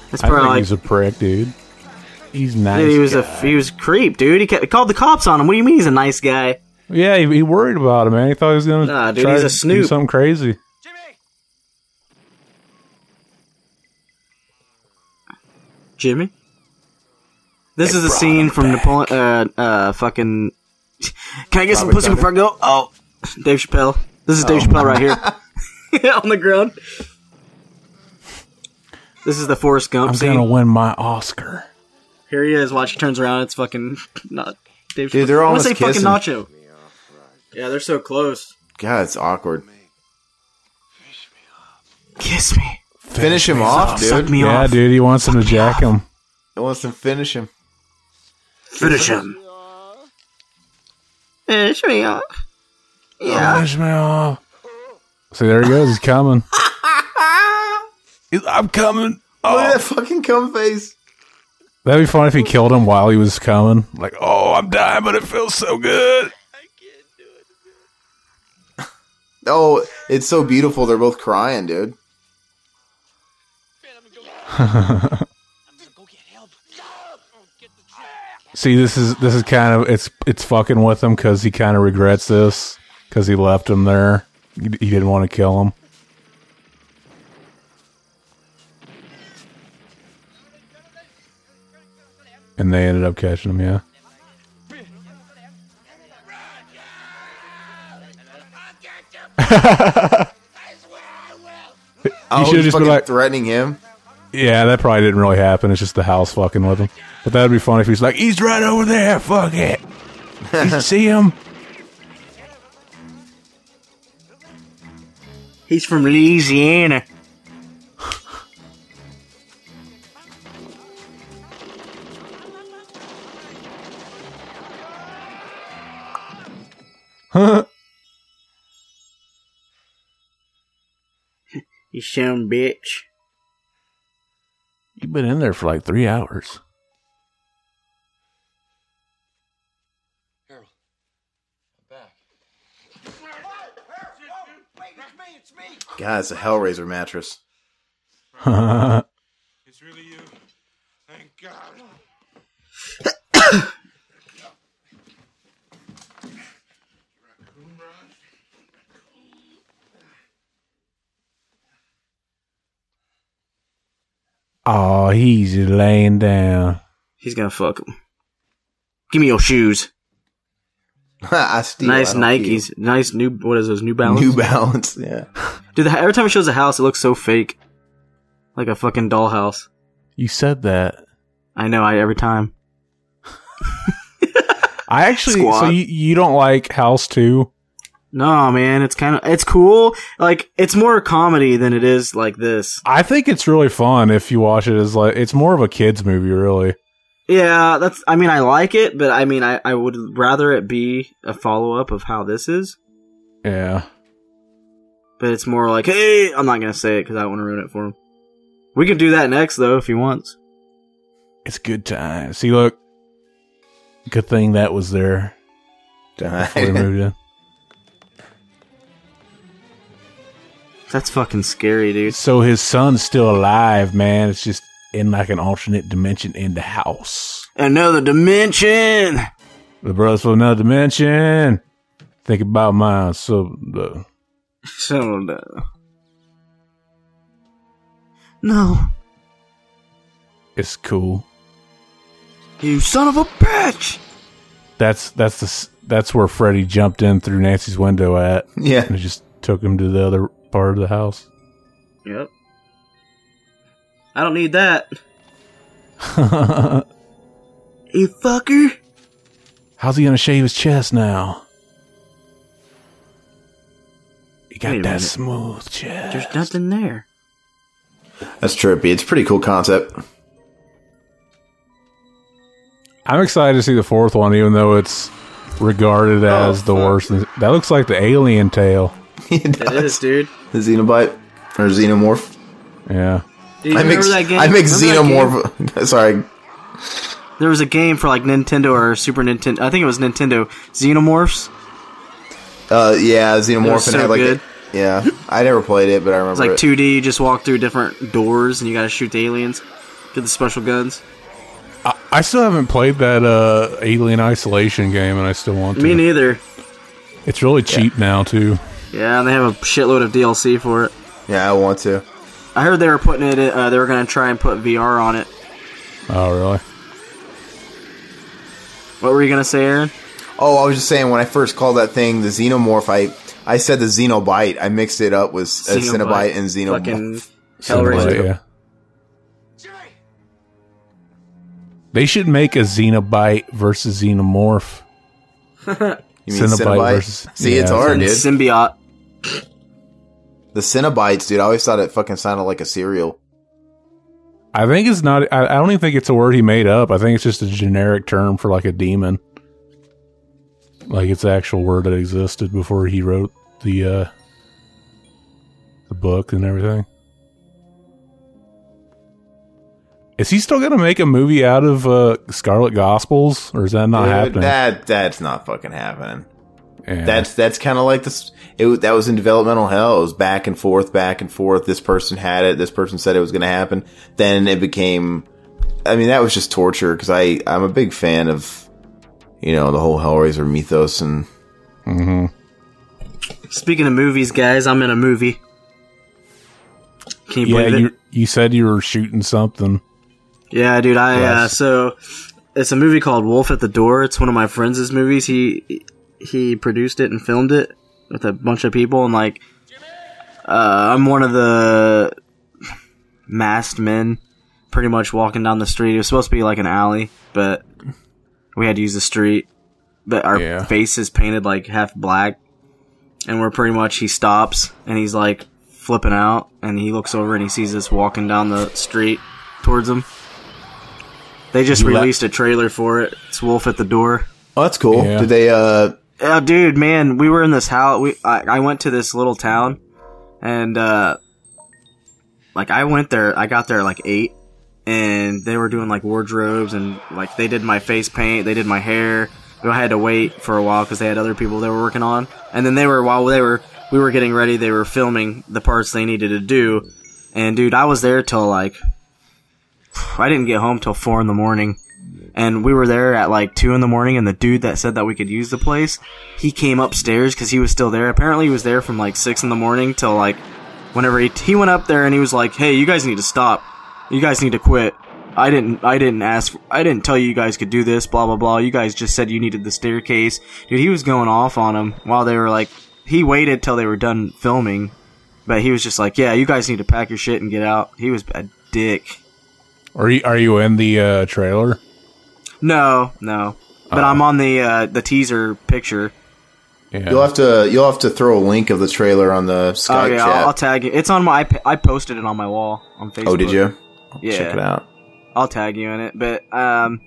That's I think probably he's a prick, dude. He's like, nice. dude, he was guy. a he was a creep, dude. He ca- called the cops on him. What do you mean he's a nice guy? yeah, he, he worried about him, man. He thought he was gonna Nah, dude, try he's a to do snoop. something crazy. Jimmy. This They is a brought scene him from back. Napoleon. Uh, uh, fucking. Can I get some Robert pussy Thunder? before I go? Oh, Dave Chappelle. This is Dave Oh. Chappelle right here *laughs* on the ground. This is the Forrest Gump I'm scene. gonna win my Oscar. Here he is. Watch, he turns around. It's fucking not Dave. Dude, they're I wanna almost say fucking kissing. Nacho. Yeah, they're so close. God, it's awkward. Kiss me. Finish him off, dude. Suck me yeah, off. dude, he wants him to jack him. He wants to finish him. Finish him. Finish me off. Finish me off. See, there he goes. He's *laughs* coming. He's- I'm coming. Look at that fucking cum face. That'd be fun if he killed him while he was coming. Like, oh, I'm dying, but it feels so good. Oh, it's so beautiful. They're both crying, dude. See, this is this is kind of it's it's fucking with him because he kind of regrets this because he left him there. He, he didn't want to kill him. And they ended up catching him, yeah. Oh, you should he's just be fucking like, threatening him. Yeah, that probably didn't really happen. It's just the house fucking with him. But that would be funny if he's like, he's right over there. Fuck it. You see him? He's from Louisiana. *laughs* Huh? You some bitch. You've been in there for like three hours. God, it's a Hellraiser mattress. *laughs* It's really you. Thank God. Oh, he's laying down. He's gonna fuck him. Give me your shoes. I steal. nice I don't Nikes. Nice new. What is those? New Balance. New Balance. *laughs* Yeah. Dude, the, every time it shows a house, it looks so fake, like a fucking dollhouse. You said that. I know. I every time. I actually. So Squad. you, you don't like House 2? No, man. It's kind of. It's cool. Like it's more comedy than it is like this. I think it's really fun if you watch it as like. It's more of a kid's movie, really. Yeah, that's. I mean, I like it, but I mean, I, I would rather it be a follow up of how this is. Yeah. But it's more like, hey, I'm not gonna say it because I don't want to ruin it for him. We can do that next though if he wants. It's good time. See, look. Good thing that was there. Before *laughs* we moved in. That's fucking scary, dude. So his son's still alive, man. It's just in like an alternate dimension in the house. Another *laughs* dimension. The brothers from another dimension. Think about mine. So the So no. No. it's cool. You son of a bitch. That's that's the s- that's where Freddy jumped in through Nancy's window at. Yeah. and it just took him to the other part of the *laughs* house. Yep. I don't need that. How's You fucker. he gonna shave his chest now? He got Wait that a minute. smooth chest. There's nothing there. That's trippy. It's a pretty cool concept. *laughs* I'm excited to see the fourth one, even though it's regarded Oh, as the worst. That looks like the alien tail. It is, dude. The Xenobite or Xenomorph. Yeah. Dude, you I mix. remember that game? I mix Remember that Xenomorph. *laughs* Sorry. There was a game for like Nintendo or Super Nintendo. I think it was Nintendo. Xenomorphs. Uh, yeah, It Xenomorph was and so had like. good. A, yeah, I never played it, but I It's remember like it. 2D. You just walk through different doors and you gotta shoot the aliens. Get the special guns. I, I still haven't played that uh, Alien Isolation game, and I still want to. Me neither. It's really cheap now too. Yeah, and they have a shitload of DLC for it. Yeah, I want to. I heard they were putting it. In, uh, they were gonna try and put VR on it. Oh, really? What were you gonna say, Aaron? Oh, I was just saying when I first called that thing the Xenomorph, I I said the Xenobite. I mixed it up with uh, Cinnabite and Xenomorph. Fucking Something like- Hellraiser. yeah. They should make a Xenobite versus Xenomorph. You mean Cinnabite? See, it's hard, dude. Symbiote. The Cinnabites, dude. I always thought it fucking sounded like a cereal. I think it's not. I, I don't even think it's a word he made up. I think it's just a generic term for like a demon. Like it's an actual word that existed before he wrote the uh the book and everything. Is he still gonna make a movie out of uh Scarlet Gospels, or is that not Dude, happening? That that's not fucking happening. Yeah. That's that's kind of like this. It was- that was in developmental hell. It was back and forth, back and forth. This person had it. This person said it was going to happen. Then it became. I mean, that was just torture because I I'm a big fan of, you know, the whole Hellraiser mythos and. Speaking of movies, guys, I'm in a movie. Can you yeah, believe it? you you said you were shooting something. Yeah, dude. I uh, Yes. so it's a movie called Wolf at the Door. It's one of my friends' movies. He he produced it and filmed it with a bunch of people, and like uh, I'm one of the masked men pretty much walking down the street. It was supposed to be like an alley, but we had to use the street. But our face is painted like half black, and we're pretty much he stops and he's like flipping out, and he looks over and he sees us walking down the street towards him. They just You let- released a trailer for it. It's Wolf at the Door. Oh, that's cool. Yeah. Did they? uh Oh, dude, man, we were in this house. We I, I went to this little town, and uh, like I went there. I got there at like eight, and they were doing like wardrobes and like they did my face paint, they did my hair. But I had to wait for a while because they had other people they were working on, and then they were while they were we were getting ready, they were filming the parts they needed to do. And dude, I was there till like *sighs* I didn't get home till four in the morning, and we were there at like two in the morning. And the dude that said that we could use the place, he came upstairs because he was still there. Apparently, he was there from like six in the morning till like whenever he he went up there and he was like, "Hey, you guys need to stop. You guys need to quit. I didn't I didn't ask. I didn't tell you you guys could do this. Blah blah blah. You guys just said you needed the staircase, dude. He was going off on him while they were like. He waited till they were done filming, but he was just like, "Yeah, you guys need to pack your shit and get out." He was a dick. Are you are you in the uh, trailer? No, no. But I'm Uh-huh. on the uh, the teaser picture. You'll have to you'll have to throw a link of the trailer on the Skype oh yeah, chat. I'll, I'll tag you. It's on my. I p- I posted it on my wall on Facebook. oh, did you? Yeah. Check it out. I'll tag you in it. But um,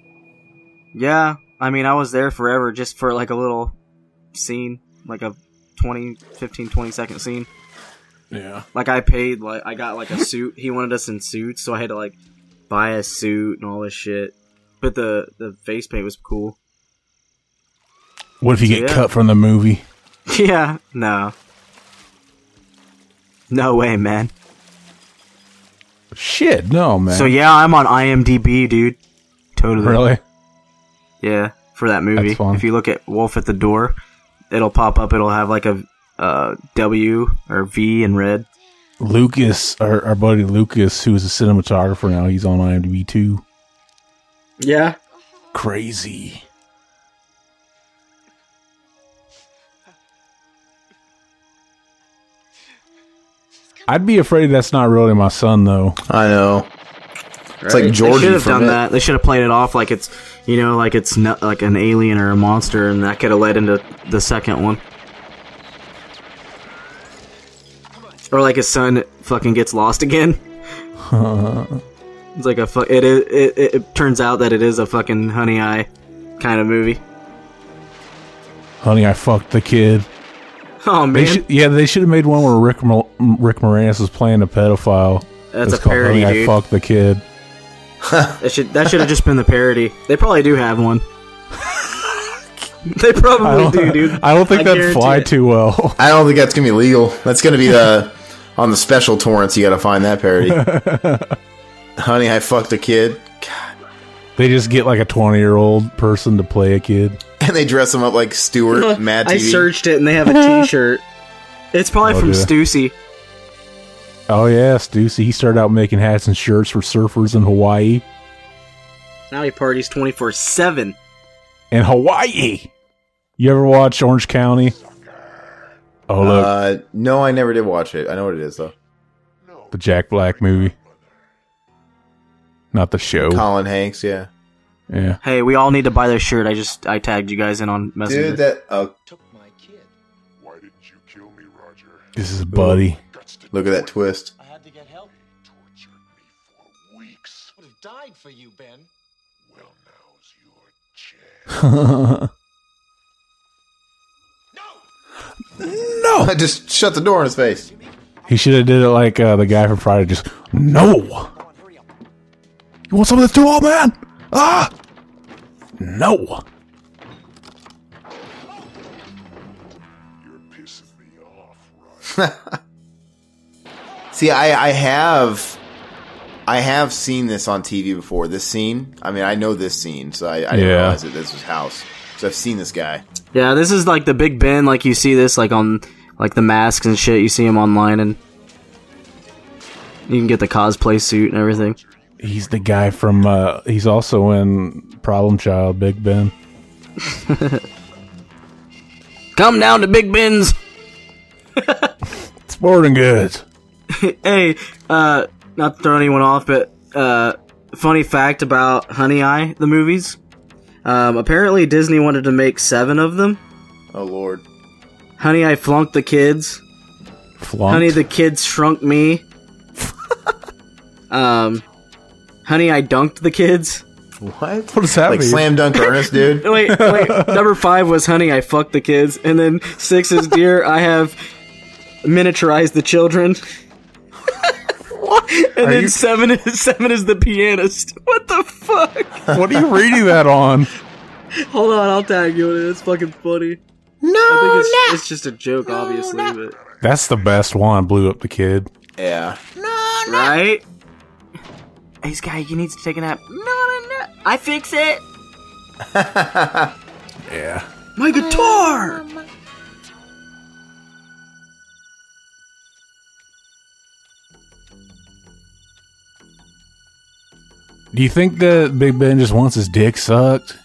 yeah. I mean, I was there forever just for like a little scene, like a 20, 15, 20 second scene. Yeah. Like I paid, like I got *laughs* like a suit. He wanted us in suits, so I had to like buy a suit and all this shit. But the the face paint was cool. What if you get Yeah. cut from the movie? *laughs* yeah. No. No way, man. Shit, no, man. So yeah, I'm on IMDb, dude. Totally. Really? Yeah, for that movie. That's fun. If you look at Wolf at the Door, it'll pop up. It'll have like a uh, W or V in red. Lucas, our, our buddy Lucas, who is a cinematographer now, he's on IMDb too. Yeah. Crazy. I'd be afraid that's not really my son, though. I know. Right? They should have done that. They should have played it off like it's you know like it's not, like an alien or a monster, and that could have led into the second one. Or like his son fucking gets lost again. *laughs* It's like a fu- it, is, it, it it turns out that it is a fucking honey eye kind of movie. *laughs* Honey, I fucked the kid. Oh man, They should, yeah, they should have made one where Rick Mor- Rick Moranis was playing a pedophile. That's It's a called parody, Honey, dude. I fucked the kid. that should that should have just been the parody. They probably do have *laughs* one. they I probably don't- do, *laughs* dude. I don't think that'd guarantee fly it. too well. *laughs* I don't think that's gonna be legal. That's gonna be the *laughs* on the special torrents. You got to find that parody. Honey, I fucked a kid, *laughs* They just get like a twenty-year-old person to play a kid. and they dress him up like Stewart. Mad *laughs* TV. I searched it and they have *laughs* a T-shirt. It's probably Oh, from do they? Stussy. Oh yeah, Stussy. He started out making hats and shirts for surfers in Hawaii. Now he parties twenty four seven. In Hawaii, you ever watch Orange County? Oh look, Uh, no, I never did watch it. I know what it is though. the Jack Black movie, not the show. Colin Hanks, yeah, Yeah, Hey, we all need to buy their shirt. I just I tagged you guys in on Messenger. dude. That oh, this is a buddy. *laughs* look at that twist. *laughs* I had to get help. Would have died for you, Ben. Well, now's your No, I just shut the door in his face. he should have did it like uh, the guy from Friday. Just no. You want some of this too, old man? Ah, no. See, I, I have, I have seen this on TV before. This scene. I mean, I know this scene, so I, I didn't Yeah. realize that this was House. So I've seen this guy. Yeah, this is like the Big Ben. Like you see this like on like the masks and shit. You see him online and you can get the cosplay suit and everything. He's the guy from. Uh, he's also in Problem Child, Big Ben. Come down to Big Ben's. Sporting Goods. hey, uh, not to throw anyone off, but uh, funny fact about Honey Eye, the movies. Um, apparently, Disney wanted to make seven of them. Oh, Lord. Honey, I flunked the kids. Flunked? Honey, the kids shrunk *laughs* me. um, honey, I dunked the kids. What? What does that Like mean? slam dunk Ernest, *laughs* dude. wait, wait. Number five was honey, I fucked the kids, and then six is dear, I have miniaturized the *laughs* children. And Are then you- seven is seven is the pianist. What the fuck? *laughs* What are you reading that on? Hold on, I'll tag you in it. It's fucking funny. No, I think it's, it's just a joke, obviously, but That's the best one. Blew up the kid. yeah, right? Hey, this guy, he needs to take a nap. No, no, no. I fix it. Yeah. My guitar. Do you think that Big Ben just wants his dick sucked?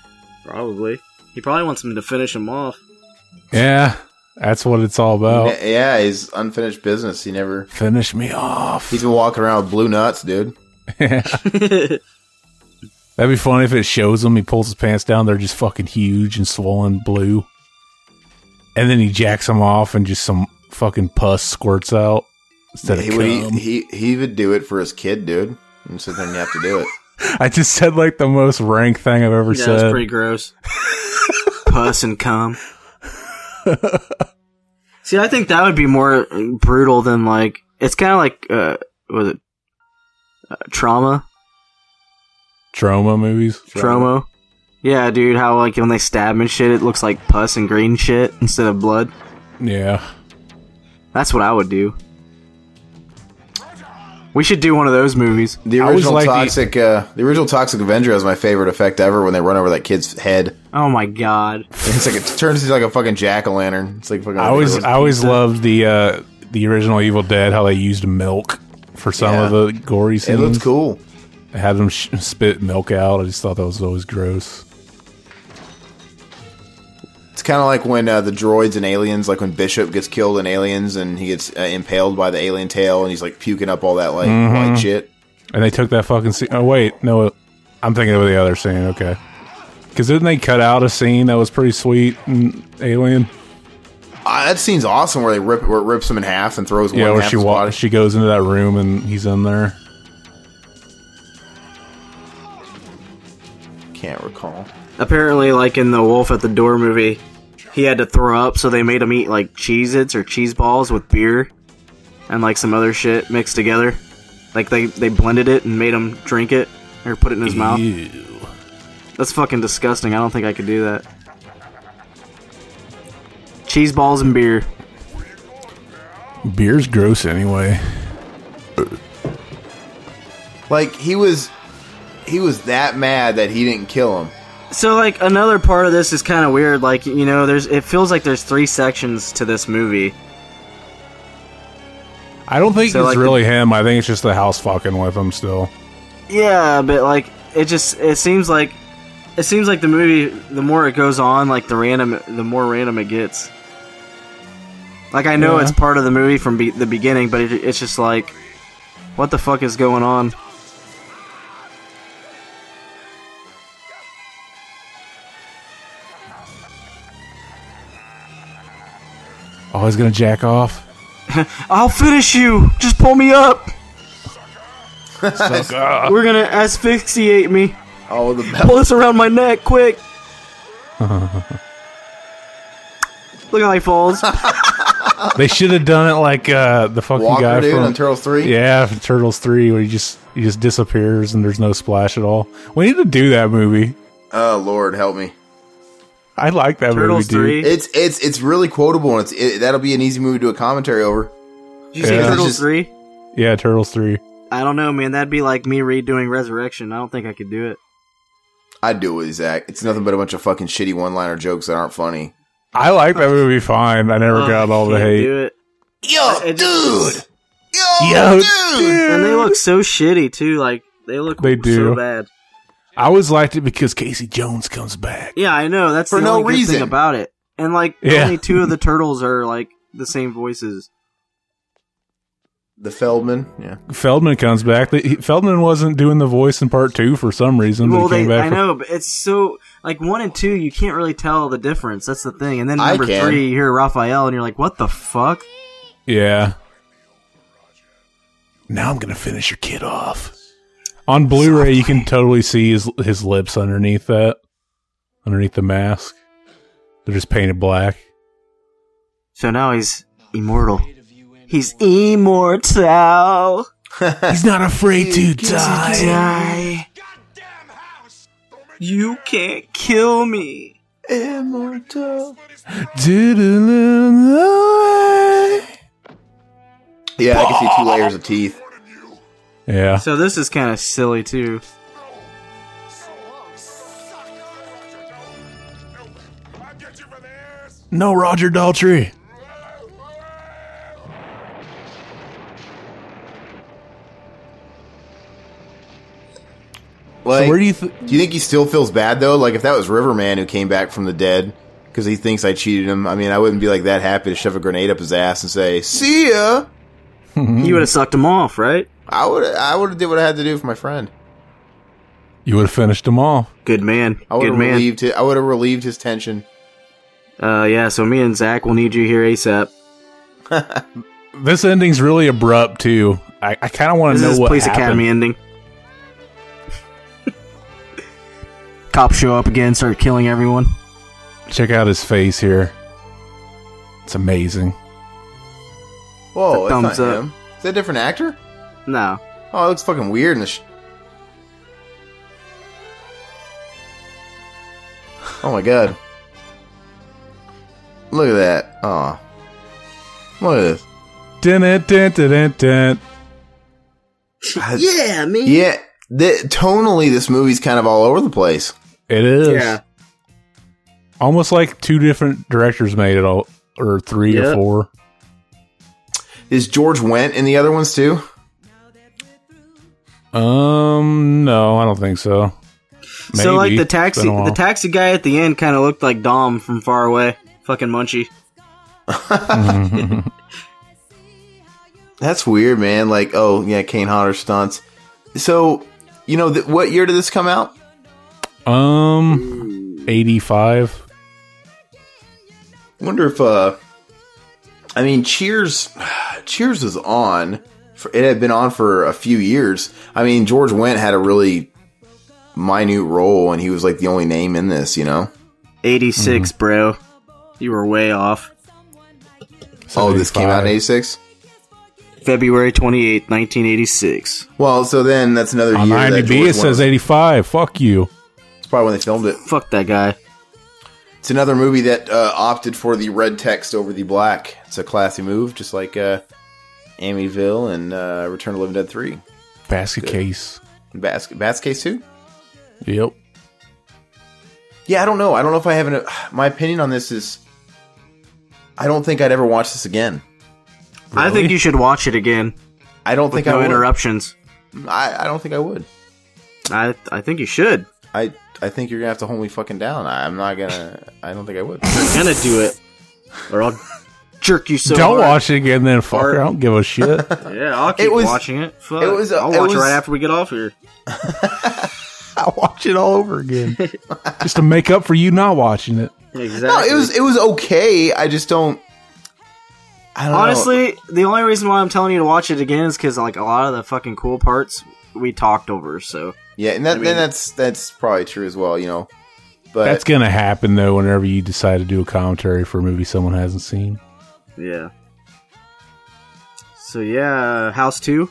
Probably. He probably wants him to finish him off. Yeah, that's what it's all about. Ne- yeah, he's unfinished business. He never Finish me off. He's been walking around with blue nuts, dude. That'd be funny if it shows him. He pulls his pants down; they're just fucking huge and swollen blue. And then he jacks them off, and just some fucking pus squirts out instead he of would cum. he, he he would do it for his kid, dude. And so then you have to do *laughs* it. *laughs* I just said like the most rank thing I've ever Yeah, said. that's pretty gross. *laughs* Puss and cum. See, I think that would be more uh, brutal than like it's kind of like uh, what was it uh, trauma, Trauma movies. trauma? Yeah, dude, how like when they stab and shit, it looks like pus and green shit instead of blood. Yeah. That's what I would do. We should do one of those movies. The original toxic, uh, the original Toxic Avenger has my favorite effect ever when they run over that kid's head. *laughs* Oh my god! It's like it turns into like a fucking jack o' lantern. It's like fucking. I always I always loved the uh the original Evil Dead how they used milk for some of Yeah. the gory It scenes. looks cool. They had them sh- spit milk out. I just thought that was always gross. It's kind of like when uh, the droids and aliens, like when Bishop gets killed in Aliens and he gets uh, impaled by the alien tail and he's like puking up all that like Mhm. white shit. And they took that fucking scene. Oh wait, no, I'm thinking of the other scene. Okay, because didn't they cut out a scene that was pretty sweet in Alien? Uh, that scene's awesome where they rip where it rips him in half and throws yeah, one where half she his walks, body. she goes into that room and he's in there. Can't recall. Apparently, like in the Wolf at the Door movie, he had to throw up, so they made him eat like Cheez Its or cheese balls with beer and like some other shit mixed together. Like they, they blended it and made him drink it or put it in *laughs* his mouth. That's fucking disgusting. I don't think I could do that. Cheese balls and beer. Beer's gross anyway. Like he was, he was that mad that he didn't kill him. So like another part of this is kind of weird. Like you know, there's it feels like there's three sections to this movie. I don't think So, it's like, really him. I think it's just the house fucking with him still. Yeah, but like it just it seems like it seems like the movie the more it goes on, like the random the more random it gets. Like I know Yeah. it's part of the movie from be- the beginning, but it, it's just like what the fuck is going on? Oh, he's gonna jack off. I'll finish you. Just pull me up. Suck up. We're gonna asphyxiate me. Oh, the pull this around my neck, quick. *laughs* Look how he falls. they should have done it like uh, the *laughs* fucking Walker, guy dude, from on Turtles 3? Yeah, from Turtles Three, where he just he just disappears and there's no splash at all. We need to do that movie. Oh Lord, help me! I like that movie, dude. It's it's it's really quotable and it's it, that'll be an easy movie to do a commentary over. Did you say Yeah. Turtles Just- three? Yeah, Turtles Three. I don't know, man. That'd be like me redoing Resurrection. I don't think I could do it. I'd do it, Zach. It's nothing but a bunch of fucking shitty one-liner jokes that aren't funny. I like that movie fine. I never Oh, got all the can't hate. Do it. Yo, dude. Yo, And they look so shitty too. Like they look They do. so bad. I always liked it because Casey Jones comes back. Yeah, I know. That's For the no only good reason. thing about it. And like Yeah. *laughs* only two of the turtles are like the same voices. The Feldman, yeah. Feldman comes back. The- he- Feldman wasn't doing the voice in part two for some reason. but Well, he they, came back I for- know, but it's so like one and two, you can't really tell the difference. That's the thing. And then I number can. three, you hear Raphael, and you're like, "What the fuck?" Yeah. Now I'm gonna finish your kid off. On Blu-ray, you can totally see his his lips underneath that, underneath the mask. They're just painted *laughs* black. So now he's immortal. He's immortal. he's not afraid to die. You can't kill me. Immortal. Yeah, I can see two layers of teeth. Yeah. So this is kind of silly too. No, Roger Daltrey. Like, where do you th- do you think he still feels bad though? Like if that was Riverman who came back from the dead because he thinks I cheated him. I mean, I wouldn't be like that happy to shove a grenade up his ass and say, "See ya." you would have Hmm. sucked him off, right? I would. I would have did what I had to do for my friend. You would have finished them all. Good man. I would Good have man. relieved. It, I would have relieved his tension. Uh, yeah. So me and Zach will need you here asap. This ending's really abrupt too. I, I kind of want This to know is what Police happened. *laughs* Academy ending. Cops show up again, start killing everyone. Check out his face here. It's amazing. Whoa, It's a that's thumbs not up. him. Is that a different actor? No. Oh, it looks fucking weird in the. Sh- oh my god! Look at that. Aw. Look at this. Dun, dun, dun, dun, dun. yeah, man. Yeah, th- tonally, this movie's kind of all over the place. It is. Almost like two different directors made it all, or three Yeah. or four. Is George Wendt in the other ones too? Um, no, I don't think so. so like Maybe. It's been the a taxi, the while. taxi guy at the end kind of looked like Dom from far away. Fucking Munchie. That's weird, man. Like, oh yeah, Kane Hodder stunts. So, you know, th- what year did this come out? Hmm. um, eighty-five. Wonder if, uh, I mean, Cheers, *sighs* Cheers was on. For, it had been on for a few years. I mean, George Wendt had a really minute role, and he was like the only name in this. You know, eighty six, Mm-hmm. bro. You were way off. Oh, this came out in 86? February 28, 1986. Well, so then that's another On year. that George IMDb, it Wendt says was- eighty-five. Fuck you. It's probably when they filmed it. Fuck that guy. It's another movie that uh, opted for the red text over the black. It's a classy move, just like uh, Amityville and uh, Return of the Living Dead 3. Basket case. Bas- Bats Case 2? Yep. Yeah, I don't know. I don't know if I have an. *sighs* My opinion on this is I don't think I'd ever watch this again. I think you should watch it again. I don't with think I no would. interruptions. I, I don't think I would. I I think you should. I I think you're gonna have to hold me fucking down. I, I'm not gonna. I don't think *laughs* I would. I'm gonna do it, or I'll jerk you so. uh, don't hard. watch it again, then fucker. I don't give a shit. *laughs* Yeah, I'll keep It was- watching it. Fuck. it was- I'll it watch it was- right after we get off here. I watch it all over again *laughs* just to make up for you not watching it. No, it was it was okay. I just don't. I don't know. Honestly, the only reason why I'm telling you to watch it again is because like a lot of the fucking cool parts we talked over. So Yeah, and that, then that's that's probably true as well. You know, but That's gonna happen though. Whenever you decide to do a commentary for a movie someone hasn't seen. yeah. So yeah, House Two.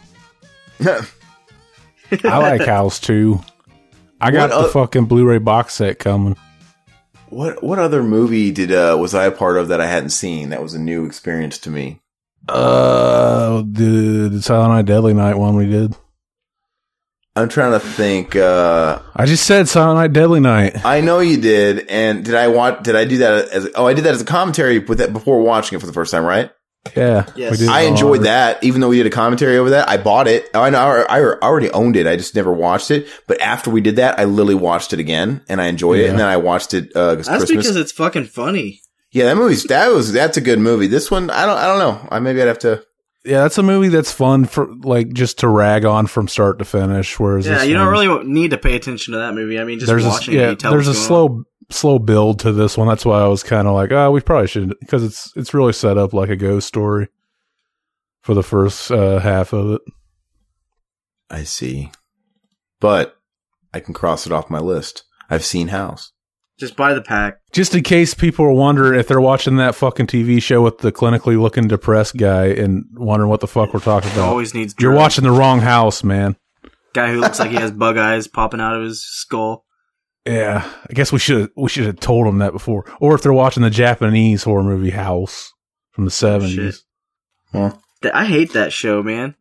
I like *laughs* House too. I got What the oth- fucking Blu-ray box set coming. What what other movie did uh, was I a part of that I hadn't seen that was a new experience to me? Uh, the, the Silent Night Deadly Night one we did. I'm trying to think. Uh, I just said Silent Night Deadly Night. I know you did, and did I want? Did I do that as? Oh, I did that as a commentary with that before watching it for the first time, right? Yeah, we did I it all enjoyed over. that, even though we did a commentary over that. I bought it. I know I I already owned it. I just never watched it. But after we did that, I literally watched it again, and I enjoyed it. Yeah. And then I watched it. Uh, That's Christmas. because it's fucking funny. Yeah, that movie's that was that's a good movie. This one, I don't I don't know. I maybe I'd have to yeah, that's a movie that's fun for like just to rag on from start to finish. Whereas Yeah, this you don't one- really need to pay attention to that movie. I mean, just there's watching a, yeah, it, you tell there's a what's going slow slow build to this one. That's why I was kind of like, oh, we probably should because it's it's really set up like a ghost story for the first uh, half of it. I see. But I can cross it off my list. I've seen House. on. Just buy the pack. Just in case people are wondering if they're watching that fucking TV show with the clinically looking depressed guy and wondering what the fuck we're talking about. Always needs You're drugs. watching the wrong house, man. Guy who looks like he has bug eyes popping out of his skull. Yeah, I guess we should we should have told them that before. Or if they're watching the Japanese horror movie House Oh, from the seventies. Th- I hate that show, man.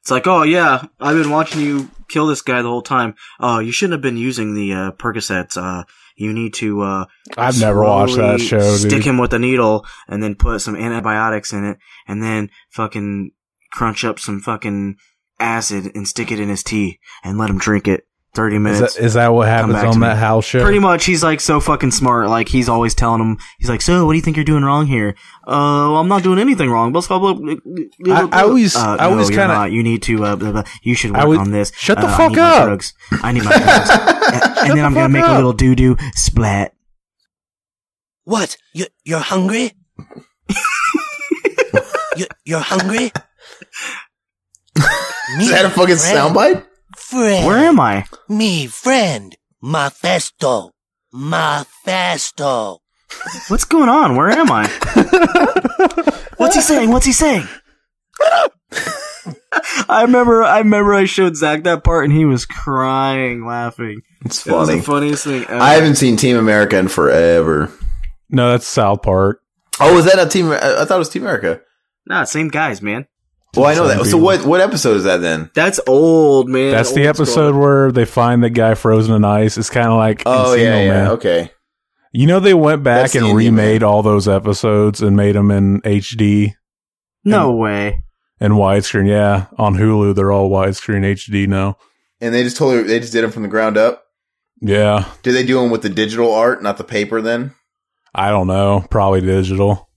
It's like, oh yeah, I've been watching you kill this guy the whole time. Oh, you shouldn't have been using the uh, Percocets. Uh, you need to. Uh, I've never watched that slowly show, Stick dude. him with a needle and then put some antibiotics in it, and then fucking crunch up some fucking acid and stick it in his tea and let him drink it. Thirty Is minutes. that, is that what Come happens back on to that me. house show? Pretty much, he's like so fucking smart. Like he's always telling him, he's like, "So, what do you think you're doing wrong here? Uh, well, I'm not doing anything wrong." Blah, blah, blah, blah, blah, blah. I always- uh, I always no, you're kinda- not. you need to, uh, blah, blah. you should I work always- on this. Shut the Uh, I fuck need my up. drugs. I need *laughs* my drugs, A- and then I'm gonna fuck make a up. little doo doo splat. What? You you're hungry? you you're hungry? *laughs* Is that a fucking soundbite? Friend. Where am I? Me friend. Mafesto. Mafesto. What's going on? Where am *laughs* I? What's he saying? What's he saying? I remember, I remember, I showed Zach that part, and he was crying, laughing. It's It was the funny. funniest thing. Ever. I haven't seen Team America in forever. No, that's South Park. Oh, was that a Team? I I thought it was Team America. Nah, same guys, man. Well, I know Same that. So people. what? What episode is that then? That's old, man. That's the Old episode school. where they find the guy frozen in ice. It's kind of like Oh Encino yeah, yeah. Man. Okay. You know they went back That's the and Indian Man. remade all those episodes and made them in HD No way. and widescreen. Yeah, on Hulu they're all widescreen HD now. And they just totally they just did them from the ground up. Yeah, Did they do them with the digital art, not the paper? Then I don't know, probably digital.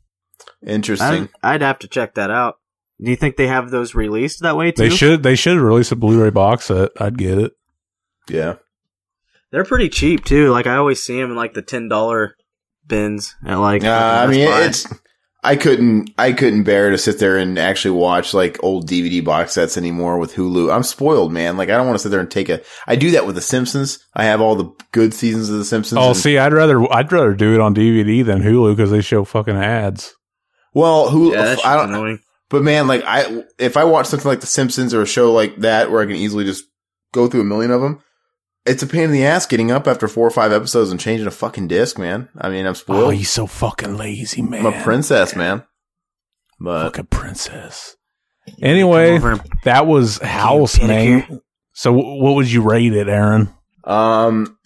interesting. I'd, I'd have to check that out. Do you think they have those released that way too? They should they should release a Blu-ray box set. I'd get it. Yeah. They're pretty cheap too. Like I always see them in like the ten dollar bins at like. Uh, I Best mean, Buy. it's I couldn't I couldn't bear to sit there and actually watch like old DVD box sets anymore with Hulu. I'm spoiled, man. Like I don't want to sit there and take a. I do that with The Simpsons. I have all the good seasons of The Simpsons. Oh, and- see, I'd rather I'd rather do it on DVD than Hulu because they show fucking ads. Well, who Yeah, that I don't. shit's annoying. But man, like I, if I watch something like The Simpsons or a show like that where I can easily just go through a million of them, it's a pain in the ass getting up after four or five episodes and changing a fucking disc, man. I mean, I'm spoiled. Oh, you so fucking lazy, man. I'm a princess, man. But Fucking princess. Anyway, Come over. that was House, Can you pedicure? man. So, wh- what would you rate it, Aaron? um,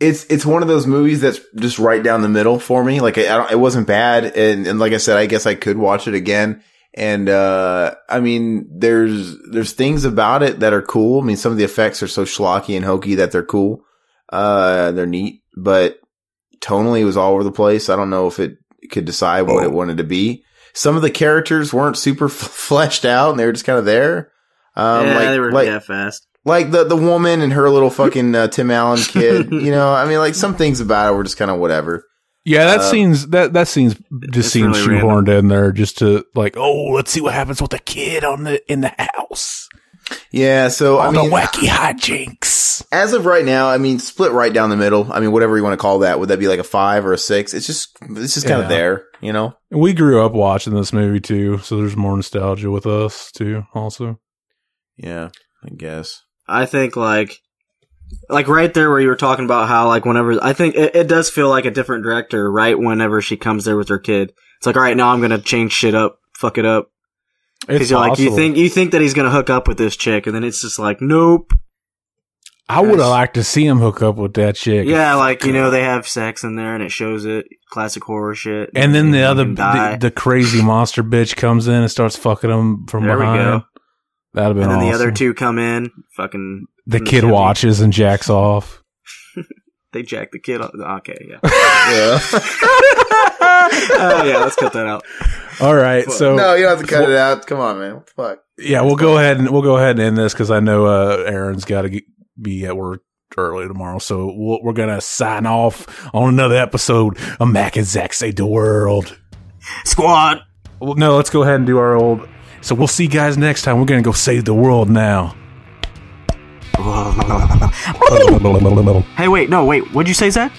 it's it's one of those movies that's just right down the middle for me. Like I, I don't, it wasn't bad, and and like I said, I guess I could watch it again. And uh, I mean, there's there's things about it that are cool. I mean, some of the effects are so schlocky and hokey that they're cool. Uh, they're neat, but tonally it was all over the place. I don't know if it could decide what Oh. it wanted to be. Some of the characters weren't super *laughs* f- fleshed out, and they were just kind of there. Um, yeah, like, they were like, yeah fast. like the the woman and her little fucking uh, Tim Allen kid. You know, I mean, like some things about it were just kind of whatever. Yeah, that Uh, seems that that seems just it's seems really shoehorned in there just to like, oh, let's see what happens with the kid on the in the house. Yeah, so I All the mean, wacky hijinks. as of right now, I mean, split right down the middle. I mean, whatever you want to call that, would that be like a five or a six? It's just it's just kind Yeah. of there, you know. We grew up watching this movie too, so there's more nostalgia with us too. Also, Yeah, I guess. I think like like right there where you were talking about how like whenever I think it, it does feel like a different director right whenever she comes there with her kid. It's like all right now I'm gonna change shit up, fuck it up. It's Because you're like you possible. think you think that he's gonna hook up with this chick, and then it's just like nope. I would have liked to see him hook up with that chick. Yeah, like you know they have sex in there and it shows it classic horror shit. And then the You other can die. the, the crazy monster bitch comes in and starts fucking him from There we go. behind. That'd have been and then the awesome. other two come in, fucking the from kid chimney. watches and jacks off. They jack the kid. Up. Okay, yeah. *laughs* Yeah. Oh yeah, let's cut that out. All right, so no, you don't have to cut it out. Come on, man. What the fuck? Yeah, we'll go ahead and we'll go ahead and end this because I know uh, Aaron's got to be at work early tomorrow, so we'll, we're gonna sign off on another episode of Mac and Zach Save the World Squad. Well, no, let's go ahead and do our old. So we'll see you guys next time. We're gonna go save the world now. Hey, wait, no, wait. What'd you say, Zach?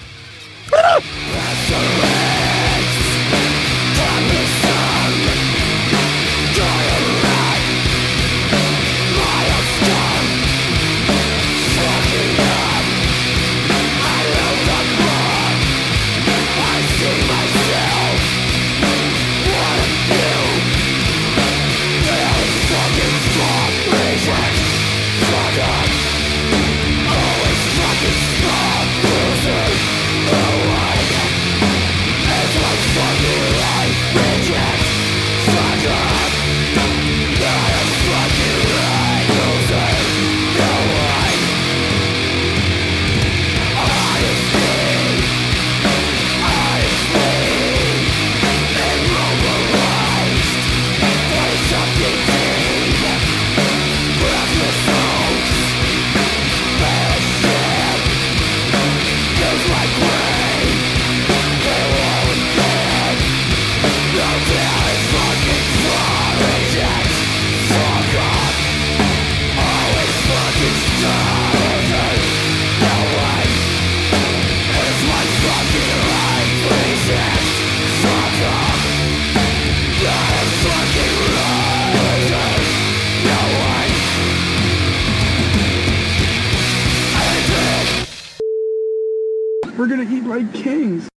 We're gonna eat like kings.